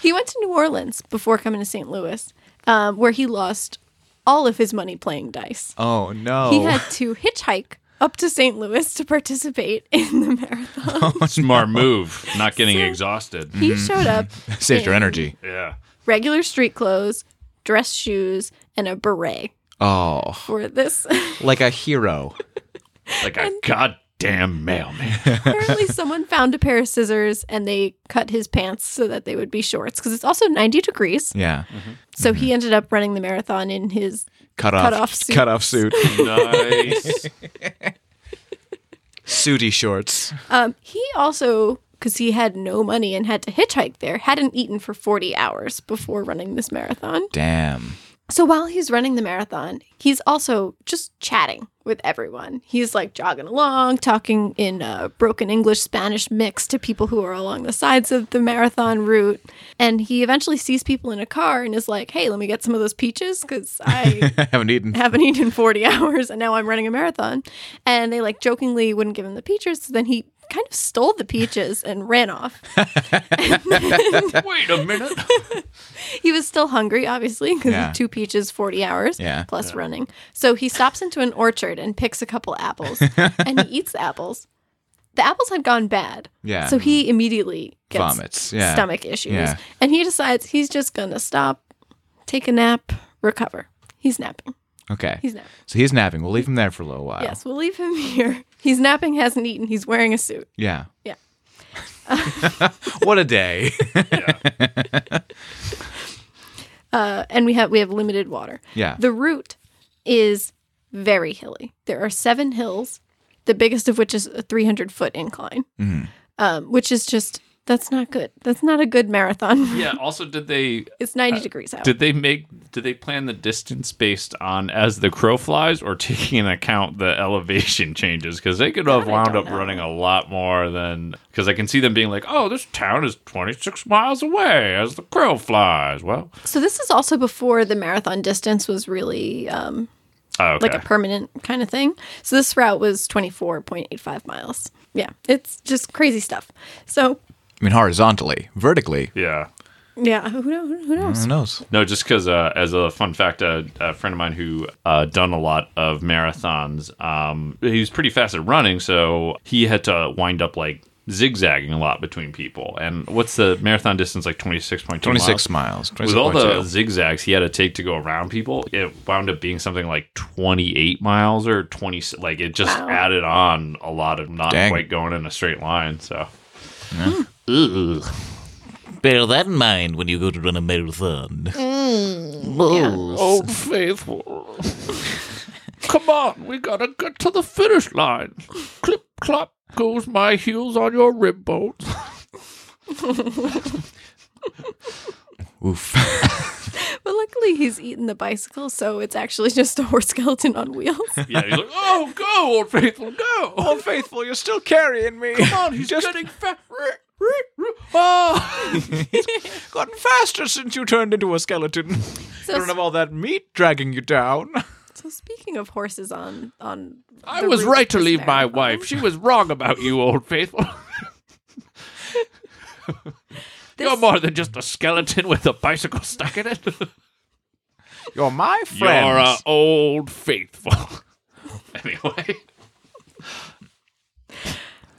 Speaker 3: He went to New Orleans before coming to St. Louis, um, where he lost all of his money playing dice.
Speaker 2: Oh no.
Speaker 3: He had to hitchhike up to St. Louis to participate in the marathon.
Speaker 4: Smart move. Not getting exhausted.
Speaker 3: He showed up
Speaker 2: Saved your
Speaker 3: in
Speaker 2: energy.
Speaker 4: Yeah.
Speaker 3: regular street clothes, dress shoes, and a beret
Speaker 2: Oh,
Speaker 3: for this.
Speaker 2: like a hero.
Speaker 4: Like a goddamn mailman.
Speaker 3: Apparently, someone found a pair of scissors and they cut his pants so that they would be shorts because it's also 90 degrees.
Speaker 2: Yeah.
Speaker 3: So he ended up running the marathon in his
Speaker 2: Cut off.
Speaker 3: off suit.
Speaker 2: Cut off suit.
Speaker 4: nice.
Speaker 2: Sooty shorts.
Speaker 3: Um, he also, because he had no money and had to hitchhike there, hadn't eaten for 40 hours before running this marathon.
Speaker 2: Damn.
Speaker 3: So while he's running the marathon, he's also just chatting with everyone. He's like jogging along, talking in a broken English Spanish mix to people who are along the sides of the marathon route. And he eventually sees people in a car and is like, hey, let me get some of those peaches because I
Speaker 2: I haven't eaten.
Speaker 3: haven't eaten 40 hours and now I'm running a marathon. And they like jokingly wouldn't give him the peaches. So then he kind of stole the peaches and ran off.
Speaker 4: Wait a minute.
Speaker 3: He was still hungry, obviously, because
Speaker 2: Yeah.
Speaker 3: two peaches, 40 hours
Speaker 2: Yeah.
Speaker 3: plus running. So he stops into an orchard and picks a couple apples and he eats the apples. The apples had gone bad.
Speaker 2: Yeah.
Speaker 3: So he immediately gets
Speaker 2: Vomits. Yeah.
Speaker 3: stomach issues.
Speaker 2: Yeah.
Speaker 3: And he decides he's just going to stop, take a nap, recover. He's napping.
Speaker 2: Okay.
Speaker 3: He's napping.
Speaker 2: so he's napping. We'll leave him there for a little while.
Speaker 3: Yes, we'll leave him here. He's napping, hasn't eaten, he's wearing a suit.
Speaker 2: Yeah.
Speaker 3: Yeah.
Speaker 2: what a day.
Speaker 3: Uh, and we have we have limited water.
Speaker 2: yeah.
Speaker 3: The route is very hilly. There are seven hills, the biggest of which is a 300 foot incline,
Speaker 4: Mm-hmm.
Speaker 3: um, which is just that's not good. That's not a good marathon.
Speaker 4: Yeah. Also, did they
Speaker 3: It's 90 degrees out.
Speaker 4: did they make did they plan the distance based on as the crow flies or taking into account the elevation changes because they could have
Speaker 3: I
Speaker 4: wound up
Speaker 3: don't know.
Speaker 4: running a lot more than because i can see them being like oh this town is 26 miles away as the crow flies well
Speaker 3: so this is also before the marathon distance was really um,
Speaker 4: oh, okay
Speaker 3: like a permanent kind of thing. So this route was 24.85 miles. Yeah, it's just crazy stuff. So
Speaker 2: I mean, horizontally, vertically.
Speaker 4: yeah
Speaker 3: yeah, who, know, who knows?
Speaker 2: Who knows?
Speaker 4: No, just because uh, as a fun fact, uh, a friend of mine who uh, done a lot of marathons, um, he was pretty fast at running, so he had to wind up like zigzagging a lot between people. And what's the marathon distance like? Twenty six point two.
Speaker 2: 26 miles.
Speaker 4: With all the
Speaker 2: 26.2.
Speaker 4: zigzags he had to take to go around people, it wound up being something like twenty eight miles or twenty. Like it just
Speaker 3: Wow.
Speaker 4: added on a lot of not
Speaker 2: Dang.
Speaker 4: quite going in a straight line. So
Speaker 5: Ooh. Bear that in mind when you go to run a marathon. Ooh.
Speaker 4: Old Faithful. Come on, we gotta get to the finish line. Clip clop goes my heels on your rib bones.
Speaker 2: Oof.
Speaker 3: But luckily he's eaten the bicycle, so it's actually just a horse skeleton on wheels.
Speaker 4: Yeah, he's like, oh, go, Old Faithful, go.
Speaker 2: Oh, faithful, you're still carrying me.
Speaker 4: Come on, he's
Speaker 2: Just-
Speaker 4: getting fat. Oh.
Speaker 2: Gotten faster since you turned into a skeleton.
Speaker 3: So s-
Speaker 2: all that meat dragging you down.
Speaker 3: So speaking of horses on on
Speaker 4: I
Speaker 3: the
Speaker 4: was
Speaker 3: route
Speaker 4: right to
Speaker 3: of this
Speaker 4: leave my
Speaker 3: marathon,
Speaker 4: wife. She was wrong about you, Old Faithful. You're
Speaker 3: This-
Speaker 4: more than just a skeleton with a bicycle stuck in it.
Speaker 2: You're my
Speaker 4: You're
Speaker 2: friend.
Speaker 4: a uh, Old Faithful. anyway.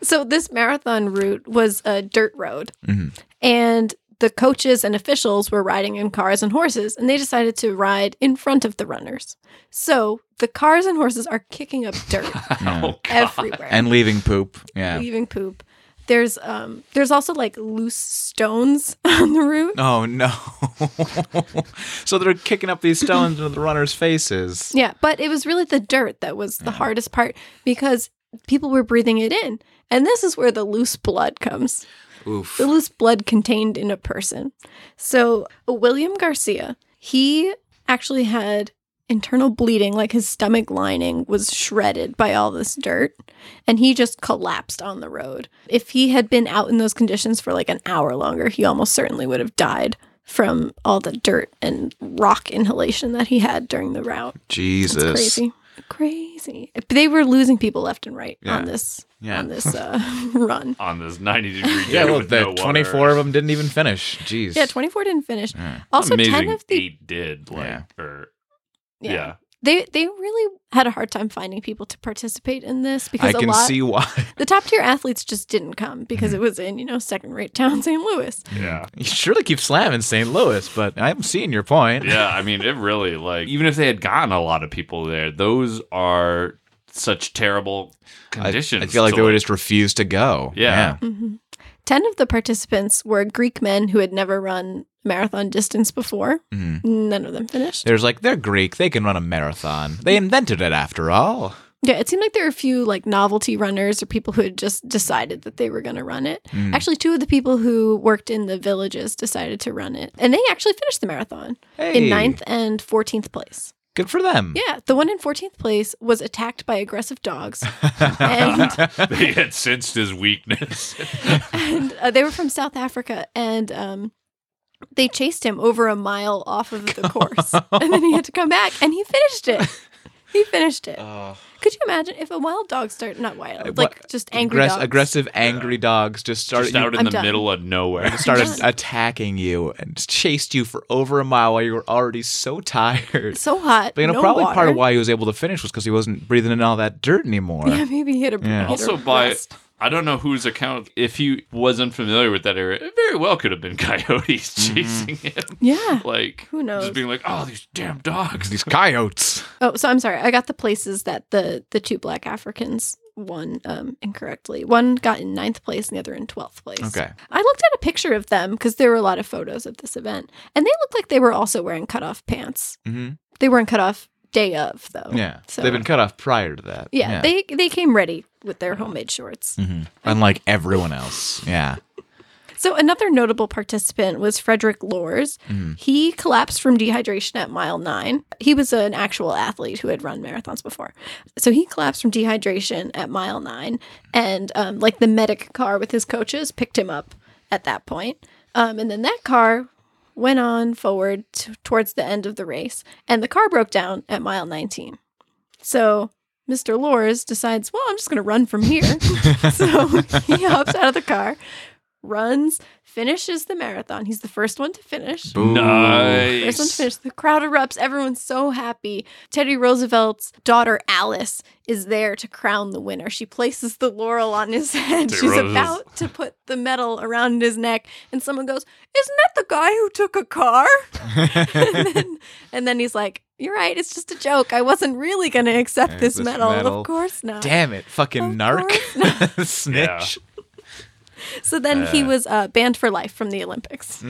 Speaker 3: So this marathon route was a dirt road.
Speaker 4: Mm-hmm.
Speaker 3: And the coaches and officials were riding in cars and horses and they decided to ride in front of the runners. So the cars and horses are kicking up dirt
Speaker 4: Oh,
Speaker 3: everywhere.
Speaker 2: and leaving poop. Yeah.
Speaker 3: leaving poop. There's um there's also like loose stones on the route.
Speaker 2: Oh no. so they're kicking up these stones into the runners' faces.
Speaker 3: Yeah, but it was really the dirt that was the hardest part because people were breathing it in. And this is where the loose blood comes.
Speaker 2: Oof.
Speaker 3: The loose blood contained in a person. So, William Garcia, he actually had internal bleeding, like his stomach lining was shredded by all this dirt, and he just collapsed on the road. If he had been out in those conditions for like an hour longer, he almost certainly would have died from all the dirt and rock inhalation that he had during the route.
Speaker 2: Jesus.
Speaker 3: It's crazy. Crazy. They were losing people left and right
Speaker 2: Yeah.
Speaker 3: on this
Speaker 2: Yeah.
Speaker 3: on this uh, run.
Speaker 4: on this 90 degree day.
Speaker 2: Yeah, well,
Speaker 4: with
Speaker 2: the
Speaker 4: no water.
Speaker 2: 24 of them didn't even finish. Jeez.
Speaker 3: Yeah, 24 didn't finish. Also,
Speaker 4: Amazing
Speaker 3: 10 of the
Speaker 4: eight did like or yeah.
Speaker 3: they they really had a hard time finding people to participate in this
Speaker 2: I
Speaker 3: because a
Speaker 2: can
Speaker 3: lot
Speaker 2: see Mm-hmm. why.
Speaker 3: the top tier athletes just didn't come because it was in you know second rate town St. Louis.
Speaker 4: yeah.
Speaker 2: You surely keep slamming St. Louis, but I'm seeing your point.
Speaker 4: Yeah, I mean, it really like even if they had gotten a lot of people there, those are such terrible
Speaker 2: I,
Speaker 4: conditions.
Speaker 2: I feel like
Speaker 4: to,
Speaker 2: they would just refuse to go.
Speaker 4: Yeah.
Speaker 3: Mhm. Ten of the participants were Greek men who had never run marathon distance before.
Speaker 2: Yeah. Mhm.
Speaker 3: None of them finished.
Speaker 2: There's like they're Greek. They can run a marathon. They invented it after all.
Speaker 3: Yeah, it seemed like there were a few like novelty runners or people who had just decided that they were going to run it. Actually, two of the people who worked in the villages decided to run it, and they actually finished the marathon
Speaker 2: Hey,
Speaker 3: in ninth and fourteenth place.
Speaker 2: Good for them.
Speaker 3: Yeah, the one in 14th place was attacked by aggressive dogs. and
Speaker 4: they had sensed his weakness.
Speaker 3: and uh, they were from South Africa. And um, they chased him over a mile off of the course. And then he had to come back and he finished it. He finished it. Could you imagine if a wild dog started, not
Speaker 2: Oh.
Speaker 3: wild,
Speaker 2: Uh, what-
Speaker 3: like just angry
Speaker 2: Aggress-
Speaker 3: dogs?
Speaker 2: aggressive, angry dogs just started
Speaker 4: Just out in
Speaker 3: I'm
Speaker 4: the
Speaker 3: done.
Speaker 4: middle of nowhere.
Speaker 2: you- started
Speaker 3: done.
Speaker 2: attacking you and chased you for over a mile while you were already so tired.
Speaker 3: So hot.
Speaker 2: But you know,
Speaker 3: no
Speaker 2: probably part of
Speaker 3: water.
Speaker 2: why he was able to finish was because he wasn't breathing in all that dirt anymore.
Speaker 3: Yeah, maybe he had a.
Speaker 2: Yeah.
Speaker 3: hit a
Speaker 4: also by
Speaker 3: rest.
Speaker 4: I don't know whose account if he wasn't familiar with that area, it very well could have been coyotes
Speaker 2: Mm-hmm.
Speaker 4: chasing him.
Speaker 3: Yeah.
Speaker 4: Like
Speaker 3: Who knows?
Speaker 4: Just being like, oh, these damn dogs.
Speaker 2: These coyotes.
Speaker 3: Oh, so I'm sorry. I got the places that the the two black Africans won um, incorrectly. One got in ninth place, and the other in twelfth place.
Speaker 2: Okay.
Speaker 3: I looked at a picture of them because there were a lot of photos of this event, and they looked like they were also wearing cutoff pants.
Speaker 2: Mm-hmm.
Speaker 3: They weren't cut off day of though.
Speaker 2: Yeah.
Speaker 3: So
Speaker 2: They've been cut off prior to that.
Speaker 3: yeah, they they came ready with their homemade shorts.
Speaker 2: Unlike everyone else. Yeah.
Speaker 3: So another notable participant was Frederick Lors. He collapsed from dehydration at mile nine. He was an actual athlete who had run marathons before. So he collapsed from dehydration at mile nine, and um, like the medic car with his coaches picked him up at that point. Um, and then that car went on forward t- towards the end of the race, and the car broke down at mile 19. So Mr. Lors decides, well, I'm just going to run from here. so he hops out of the car, runs, finishes the marathon. He's the first one to finish. First one to
Speaker 4: nice.
Speaker 3: finish. The crowd erupts. Everyone's so happy. Teddy Roosevelt's daughter Alice is there to crown the winner. She places the laurel on his head.
Speaker 4: Teddy
Speaker 3: She's
Speaker 4: Roosevelt.
Speaker 3: about to put the medal around his neck, and someone goes, "Isn't that the guy who took a car?" and, then, and then he's like, "You're right. It's just a joke. I wasn't really going to accept
Speaker 2: There's
Speaker 3: this,
Speaker 2: this
Speaker 3: medal.
Speaker 2: medal.
Speaker 3: Of course not."
Speaker 2: Damn it, fucking
Speaker 3: Of
Speaker 2: narc. Snitch.
Speaker 3: So then he was uh, banned for life from the Olympics.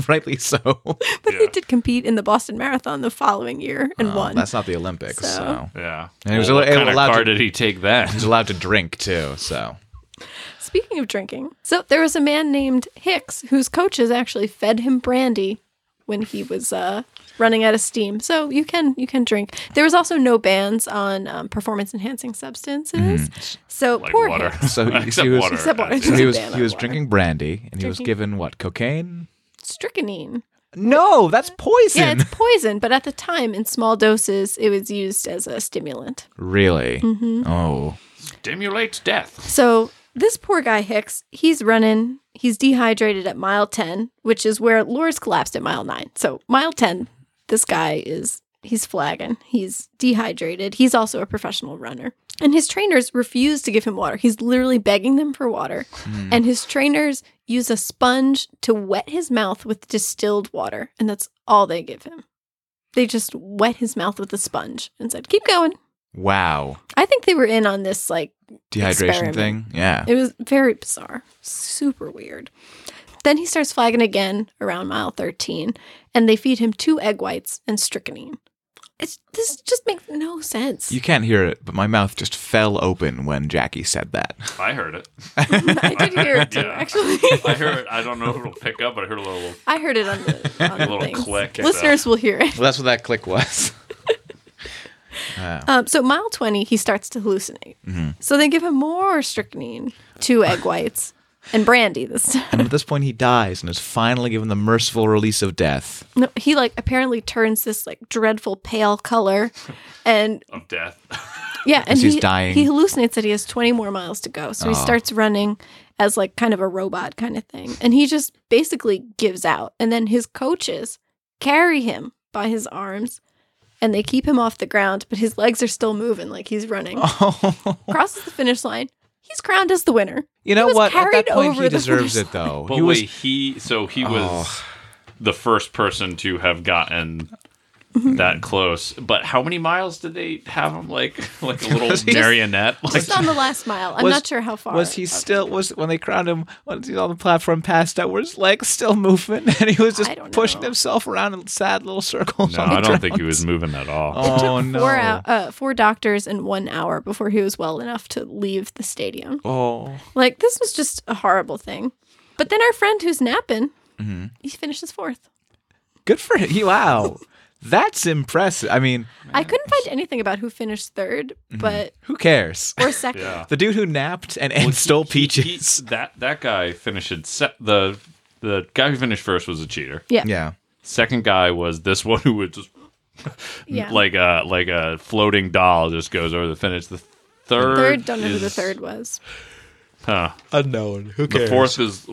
Speaker 2: Rightly so.
Speaker 3: But he
Speaker 4: Yeah.
Speaker 3: did compete in the Boston Marathon the following year and
Speaker 2: Well,
Speaker 3: won.
Speaker 2: That's not the Olympics, so.
Speaker 3: So-
Speaker 4: Yeah.
Speaker 2: And he was
Speaker 4: Well,
Speaker 2: al-
Speaker 4: what kind of
Speaker 2: allowed
Speaker 4: car
Speaker 2: to-
Speaker 4: did he take that?
Speaker 2: He's allowed to drink too, so.
Speaker 3: Speaking of drinking, so there was a man named Hicks whose coaches actually fed him brandy when he was uh, running out of steam. So you can you can drink. There was also no bans on um, performance enhancing substances. So
Speaker 4: Mm-hmm. Like
Speaker 3: poor
Speaker 4: water.
Speaker 3: Hicks.
Speaker 2: So he-
Speaker 4: Except
Speaker 2: he was-
Speaker 4: water.
Speaker 3: Except water.
Speaker 2: So he was
Speaker 3: Ban on
Speaker 2: he was
Speaker 3: water.
Speaker 2: drinking brandy and he was
Speaker 3: Drinking-
Speaker 2: given what cocaine?
Speaker 3: strychnine.
Speaker 2: No, that's poison.
Speaker 3: Yeah, it's poison, but at the time, in small doses, it was used as a stimulant.
Speaker 2: really?
Speaker 3: Mm-hmm.
Speaker 2: Oh,
Speaker 4: Stimulates death.
Speaker 3: So this poor guy Hicks, he's running. He's dehydrated at mile ten, which is where Laura's collapsed at mile nine. So mile ten, this guy is he's flagging. He's dehydrated. He's also a professional runner. And his trainers refuse to give him water. He's literally begging them for water. And his trainers use a sponge to wet his mouth with distilled water. And that's all they give him. They just wet his mouth with a sponge and said, Keep going.
Speaker 2: wow.
Speaker 3: I think they were in on this like
Speaker 2: Dehydration
Speaker 3: Experiment.
Speaker 2: thing? Yeah.
Speaker 3: it was very bizarre, super weird. Then he starts flagging again around mile 13, and they feed him two egg whites and strychnine. It's, this just makes no sense.
Speaker 2: You can't hear it, but my mouth just fell open when Jackie said that.
Speaker 4: I heard it.
Speaker 3: I did hear it too,
Speaker 4: Yeah.
Speaker 3: actually.
Speaker 4: I heard. I don't know if it'll pick up, but I heard a little.
Speaker 3: I heard it on the, on the
Speaker 4: little
Speaker 3: things.
Speaker 4: click, uh,
Speaker 3: Listeners will hear it.
Speaker 2: Well, that's what that click was.
Speaker 3: Um, so mile twenty, he starts to hallucinate. So they give him more strychnine, two egg whites, and brandy this time.
Speaker 2: and at this point, he dies and is finally given the merciful release of death.
Speaker 3: No, he like apparently turns this like dreadful pale color, and
Speaker 4: of death.
Speaker 3: yeah, and
Speaker 2: As he's
Speaker 3: he,
Speaker 2: dying. Oh.
Speaker 3: he hallucinates that he has twenty more miles to go. So he starts running as like kind of a robot kind of thing, and he just basically gives out. And then his coaches carry him by his arms, and they keep him off the ground, but his legs are still moving like he's running. Crosses the finish line. He's crowned as the winner.
Speaker 2: Oh. you know
Speaker 3: was
Speaker 2: what? At
Speaker 3: carried
Speaker 2: that point,
Speaker 3: over
Speaker 2: he
Speaker 3: the
Speaker 2: deserves
Speaker 3: finish
Speaker 2: it, though.
Speaker 4: But
Speaker 2: he
Speaker 4: wait,
Speaker 2: was Oh.
Speaker 4: he so he was the first person to have gotten that close. But how many miles did they have him like like a little marionette? Like
Speaker 3: Just on the last mile. I'm
Speaker 2: was-
Speaker 3: not sure how far.
Speaker 2: Was he still was when they crowned him? Was he on the platform passed out? Were his legs still moving? And he was just
Speaker 3: I don't
Speaker 2: pushing
Speaker 3: know.
Speaker 2: himself around in sad little circles.
Speaker 4: no,
Speaker 2: on the
Speaker 4: I don't think he
Speaker 2: ground.
Speaker 4: was moving at all.
Speaker 2: Oh no!
Speaker 3: Four, out, uh, four doctors in one hour before he was well enough to leave the stadium.
Speaker 2: Oh,
Speaker 3: Like, this was just a horrible thing. But then our friend who's napping, he finishes fourth.
Speaker 2: good for him! Wow, that's impressive. I mean,
Speaker 3: I couldn't find anything about who finished third, but
Speaker 2: who cares?
Speaker 3: or second.
Speaker 2: The dude who napped and, and stole
Speaker 4: He- he-
Speaker 2: peaches.
Speaker 4: that that guy finished se- the the guy who finished first was a cheater.
Speaker 3: Yeah.
Speaker 2: yeah.
Speaker 4: Second guy was this one who would just
Speaker 3: Yeah.
Speaker 4: Mm, like a like a floating doll just goes over the finish. The third,
Speaker 3: third, don't know who the
Speaker 4: is-
Speaker 3: third was.
Speaker 4: Huh.
Speaker 2: Unknown. Who
Speaker 4: The fourth is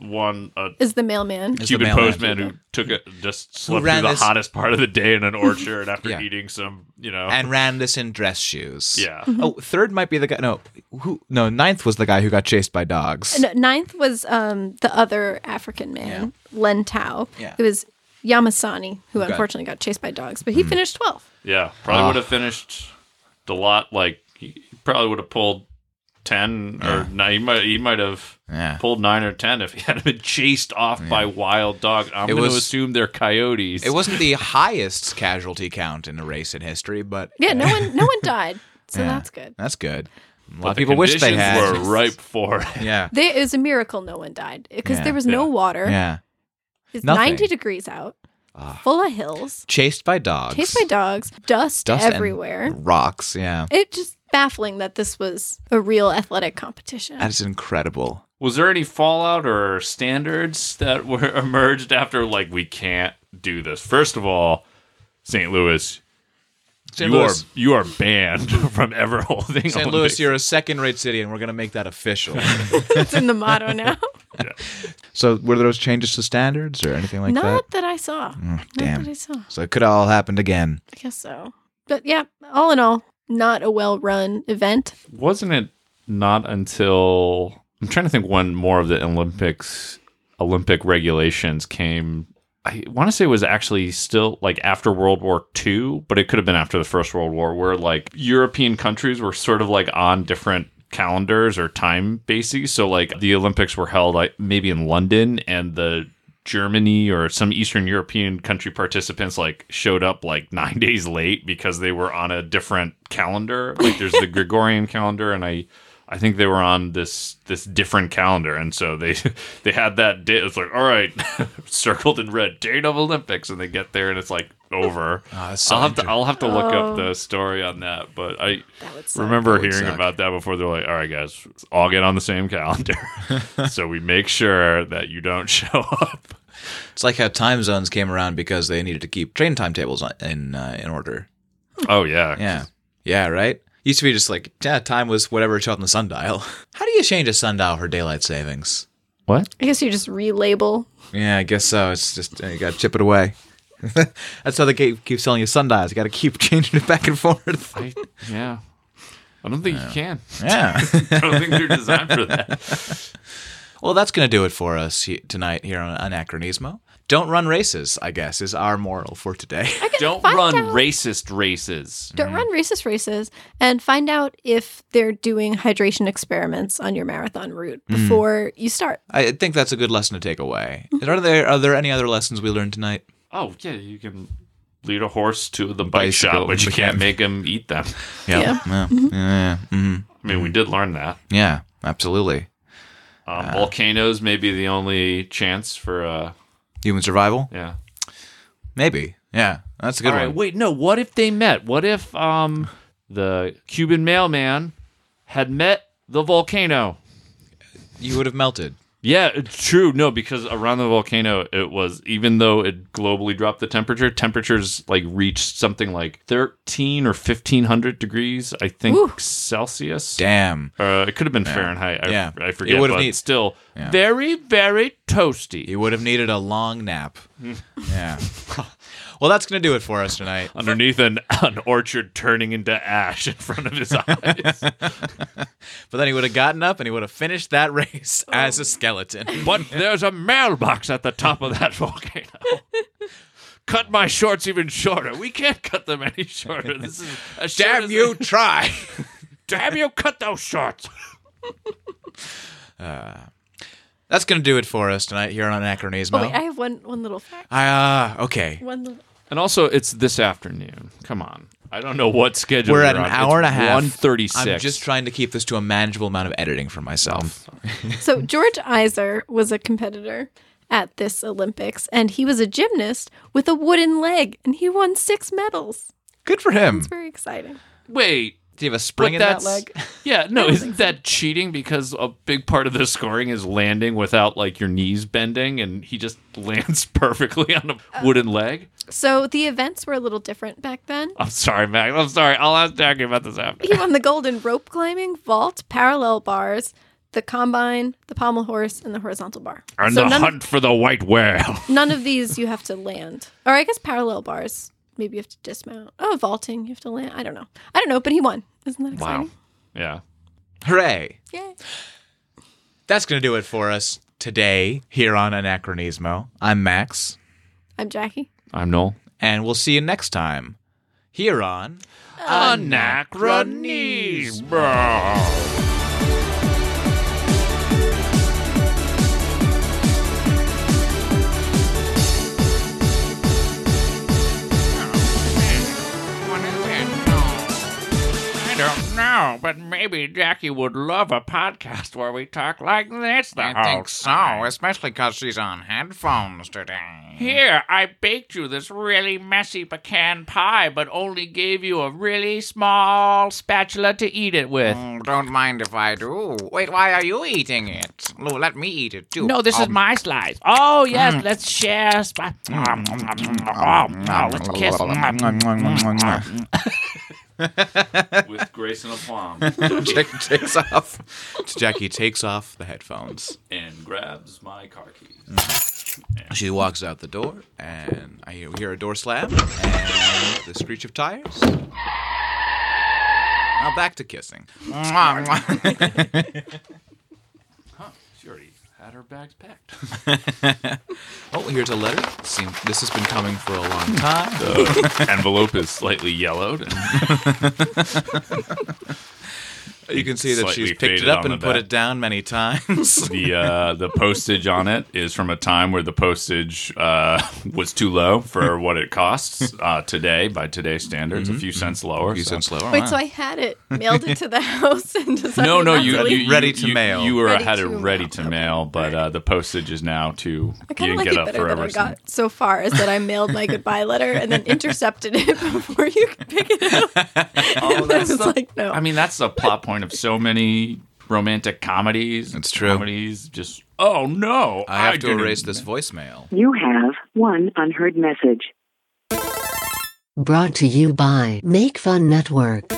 Speaker 4: one a
Speaker 3: Is the mailman.
Speaker 2: Is the
Speaker 4: Cuban
Speaker 2: mailman.
Speaker 4: postman who took it just slept
Speaker 2: ran
Speaker 4: through the
Speaker 2: this-
Speaker 4: hottest part of the day in an orchard after
Speaker 2: Yeah.
Speaker 4: eating some, you know,
Speaker 2: and ran this in dress shoes.
Speaker 4: yeah.
Speaker 2: Oh, third might be the guy. No, who? No, ninth was the guy who got chased by dogs.
Speaker 3: No, ninth was um, the other African man, Len Tao.
Speaker 2: Yeah.
Speaker 3: It was Yamasani, who unfortunately got chased by dogs, but he finished 12th.
Speaker 4: Yeah, probably
Speaker 2: Ah.
Speaker 4: would have finished the lot. Like he probably would have pulled ten or nine. He might he might have
Speaker 2: Yeah.
Speaker 4: pulled nine or ten if he had been chased off by wild dogs. I'm
Speaker 2: It
Speaker 4: going
Speaker 2: was-
Speaker 4: to assume they're coyotes.
Speaker 2: It wasn't the highest casualty count in a race in history, but
Speaker 3: Yeah, no one no one died. So that's good.
Speaker 2: that's good. A lot
Speaker 4: But
Speaker 2: of
Speaker 4: the
Speaker 2: people wish they
Speaker 4: conditions
Speaker 2: had.
Speaker 4: Were ripe for it.
Speaker 2: Yeah.
Speaker 3: There is a miracle no one died because
Speaker 2: Yeah.
Speaker 3: there was no
Speaker 4: Yeah.
Speaker 3: water.
Speaker 2: Yeah.
Speaker 3: It's
Speaker 2: Nothing. Ah.
Speaker 3: 90 degrees out, full of hills,
Speaker 2: Chased by dogs.
Speaker 3: chased by dogs, dust,
Speaker 2: Dust and
Speaker 3: everywhere.
Speaker 2: Rocks. Yeah.
Speaker 3: It just baffling that this was a real athletic competition.
Speaker 2: That is incredible.
Speaker 4: Was there any fallout or standards that were emerged after like we can't do this? First of all, St. Louis,
Speaker 2: St.
Speaker 4: you
Speaker 2: Louis.
Speaker 4: are you are banned from ever holding
Speaker 2: St. Louis,
Speaker 4: Olympics.
Speaker 2: you're a second-rate city, and we're gonna make that official.
Speaker 3: That's in the motto now.
Speaker 2: so, were there those changes to standards or anything like that? Mm,
Speaker 3: Not that I saw. Not
Speaker 2: damn.
Speaker 3: that I saw.
Speaker 2: So it could have all happened again.
Speaker 3: I guess so. But yeah, all in all, not a well run event.
Speaker 4: Wasn't it not until I'm trying to think when more of the Olympics Olympic regulations came. I want to say it was actually still like after World War II, but it could have been after the First World War, where like European countries were sort of like on different calendars or time bases. So like the Olympics were held like maybe in London, and the Germany or some Eastern European country participants like showed up like nine days late because they were on a different calendar. Like there's the Gregorian calendar, and I I think they were on this this different calendar, and so they they had that date. It's like all right, circled in red, date of Olympics, and they get there, and it's like over.
Speaker 2: Ah,
Speaker 4: I'll have to I'll have to look up the story on that, but I
Speaker 3: Oh. That would suck.
Speaker 4: remember
Speaker 2: That would
Speaker 4: hearing
Speaker 2: suck.
Speaker 4: about that before. They're like, all right, guys, let's all get on the same calendar, so we make sure that you don't show up.
Speaker 2: It's like how time zones came around because they needed to keep train timetables on, in uh, in order.
Speaker 4: Oh yeah,
Speaker 2: Yeah, yeah, right. Used to be just like yeah, time was whatever it showed on the sundial. How do you change a sundial for daylight savings?
Speaker 4: What?
Speaker 3: I guess you just relabel.
Speaker 2: Yeah, I guess so. It's just uh, you got to chip it away. That's how they keep, keep selling you sundials. You got to keep changing it back and forth.
Speaker 4: I, yeah. I don't think you can.
Speaker 2: Yeah.
Speaker 4: I don't think they're designed for that.
Speaker 2: well, that's gonna do it for us he- tonight here on Anachronismo. Don't run races. I guess is our moral for today.
Speaker 4: Don't
Speaker 3: Find
Speaker 4: run
Speaker 3: out.
Speaker 4: racist races.
Speaker 3: Don't run racist races and find out if they're doing hydration experiments on your marathon route
Speaker 2: Hmm.
Speaker 3: before you start.
Speaker 2: I think that's a
Speaker 4: Mm-hmm.
Speaker 2: good lesson to take away. Are there are there any other lessons we learned tonight?
Speaker 4: Oh yeah, you can lead a horse to the bike
Speaker 2: Bicycle
Speaker 4: shop, but you can't
Speaker 2: mechanic.
Speaker 4: make him eat them.
Speaker 2: Yeah.
Speaker 3: Yeah.
Speaker 2: Yeah. Yeah.
Speaker 4: Mm-hmm.
Speaker 2: Yeah. Mhm.
Speaker 4: I mean, we did learn that.
Speaker 2: Yeah, Absolutely.
Speaker 4: Um, volcanoes may be the only chance for, uh,
Speaker 2: Human survival?
Speaker 4: yeah.
Speaker 2: Maybe. Yeah. That's a good
Speaker 4: All right,
Speaker 2: one.
Speaker 4: wait, no. What if they met? What if um the Cuban mailman had met the volcano?
Speaker 2: You would have melted.
Speaker 4: Yeah, it's true. No, because around the volcano, it was even though it globally dropped the temperature, temperatures like reached something like thirteen or fifteen hundred degrees, I think Celsius.
Speaker 2: Damn.
Speaker 4: Uh, it could have been Fahrenheit. I,
Speaker 2: Yeah.
Speaker 4: I forget.
Speaker 2: It would have
Speaker 4: but
Speaker 2: need-
Speaker 4: still
Speaker 2: Yeah.
Speaker 4: very, very toasty.
Speaker 2: You would have needed a long nap. yeah. Well, that's going to do it for us tonight.
Speaker 4: Underneath an, an orchard turning into ash in front of his eyes.
Speaker 2: But then he would have gotten up and he would have finished that race as a skeleton.
Speaker 4: But there's a mailbox at the top of that volcano. cut my shorts even shorter. We can't cut them any shorter. This is as short
Speaker 2: Damn
Speaker 4: as
Speaker 2: you, try.
Speaker 4: Damn you! Cut those shorts.
Speaker 2: that's going to do it for us tonight here on Anachronismo.
Speaker 3: Oh, wait, I have one one little fact.
Speaker 2: I, uh, okay.
Speaker 3: One little.
Speaker 4: And also, it's this afternoon. Come on. I don't know what schedule
Speaker 2: We're at
Speaker 4: you're
Speaker 2: an
Speaker 4: on.
Speaker 2: hour and a half.
Speaker 4: One thirty-six.
Speaker 2: I'm just trying to keep this to a manageable amount of editing for myself.
Speaker 3: So George Iser was a competitor at this Olympics, and he was a gymnast with a wooden leg, and he won six medals.
Speaker 2: Good for him.
Speaker 3: It's very exciting.
Speaker 4: wait.
Speaker 2: Do you have a spring
Speaker 4: But
Speaker 2: in that
Speaker 4: that's
Speaker 2: leg?
Speaker 4: yeah. No, isn't that cheating? Because a big part of the scoring is landing without like your knees bending, and he just lands perfectly on
Speaker 2: Uh,
Speaker 4: a wooden leg.
Speaker 3: So the events were a little different back then.
Speaker 4: I'm sorry, Max. I'm sorry. I'll ask Jackie about this after.
Speaker 3: He won the gold in rope climbing, vault, parallel bars, the combine, the pommel horse, and the horizontal bar.
Speaker 4: And
Speaker 3: so
Speaker 4: the
Speaker 3: none,
Speaker 4: hunt for the white whale.
Speaker 3: none of these you have to land. Or I guess parallel bars. Maybe you have to dismount. Oh, vaulting, you have to land. I don't know. I don't know, but he won. Isn't that
Speaker 4: wow.
Speaker 3: exciting?
Speaker 4: Yeah.
Speaker 2: Hooray.
Speaker 3: Yay.
Speaker 2: That's going to do it for us today here on Anachronismo. I'm Max,
Speaker 3: I'm Jackie.
Speaker 4: I'm Noel.
Speaker 2: and we'll see you next time here on.
Speaker 4: Anachronism. What is it? No. I don't know, but maybe Jackie would love a podcast where we talk like this the whole time.
Speaker 6: especially because she's on headphones today.
Speaker 4: Here, I baked you this really messy pecan pie, but only gave you a really small spatula to eat it with.
Speaker 6: Mm, Don't mind if I do. Wait, why are you eating it? No, let me eat it too.
Speaker 4: No, this is
Speaker 6: Um, Mm.
Speaker 4: my slice. Oh, yes, let's share. Spi- oh, no, let's kiss.
Speaker 6: Mm.
Speaker 4: With grace and aplomb,
Speaker 2: Jackie takes off. Jackie takes off the headphones.
Speaker 4: and grabs my car keys.
Speaker 2: She walks out the door, and I hear, we hear a door slam and the screech of tires. Now back to kissing.
Speaker 4: She already had her bags packed.
Speaker 2: Oh, here's a letter. Seem- this has been coming for a long
Speaker 4: Hmm.
Speaker 2: time.
Speaker 4: Envelope is slightly yellowed.
Speaker 2: You can see that she's
Speaker 4: Slightly
Speaker 2: picked
Speaker 4: faded
Speaker 2: it up
Speaker 4: on
Speaker 2: and
Speaker 4: the
Speaker 2: put
Speaker 4: back.
Speaker 2: it down many times.
Speaker 4: the uh, the postage on it is from a time where the postage uh, was too low for what it costs uh, today by today's standards, Mm-hmm, a few cents lower.
Speaker 2: you
Speaker 4: so-
Speaker 2: said slower.
Speaker 3: Wait, so I had it, mailed it to the house, and decided
Speaker 4: No, no,
Speaker 3: not
Speaker 4: you,
Speaker 3: to
Speaker 2: Ready-
Speaker 4: you
Speaker 3: leave?
Speaker 4: you-
Speaker 2: ready to
Speaker 4: you-
Speaker 2: mail.
Speaker 4: You were
Speaker 3: Ready
Speaker 4: had it
Speaker 3: to
Speaker 4: ready
Speaker 3: mail.
Speaker 4: to mail, but uh, the postage is now to
Speaker 3: I
Speaker 4: you
Speaker 3: kind
Speaker 4: can
Speaker 3: of like
Speaker 4: get
Speaker 3: it
Speaker 4: up
Speaker 3: better than
Speaker 4: forever.
Speaker 3: I
Speaker 4: so-
Speaker 3: got so far, is that I mailed my goodbye letter and then intercepted it before you could pick it up.
Speaker 4: Oh, that's
Speaker 3: I was
Speaker 4: the,
Speaker 3: like, no.
Speaker 4: I mean, that's the plot point of so many romantic comedies.
Speaker 2: It's true.
Speaker 4: Comedies just oh no,
Speaker 2: I have to
Speaker 4: didn't
Speaker 2: erase this voicemail.
Speaker 7: You have one unheard message.
Speaker 1: Brought to you by Make Fun Network.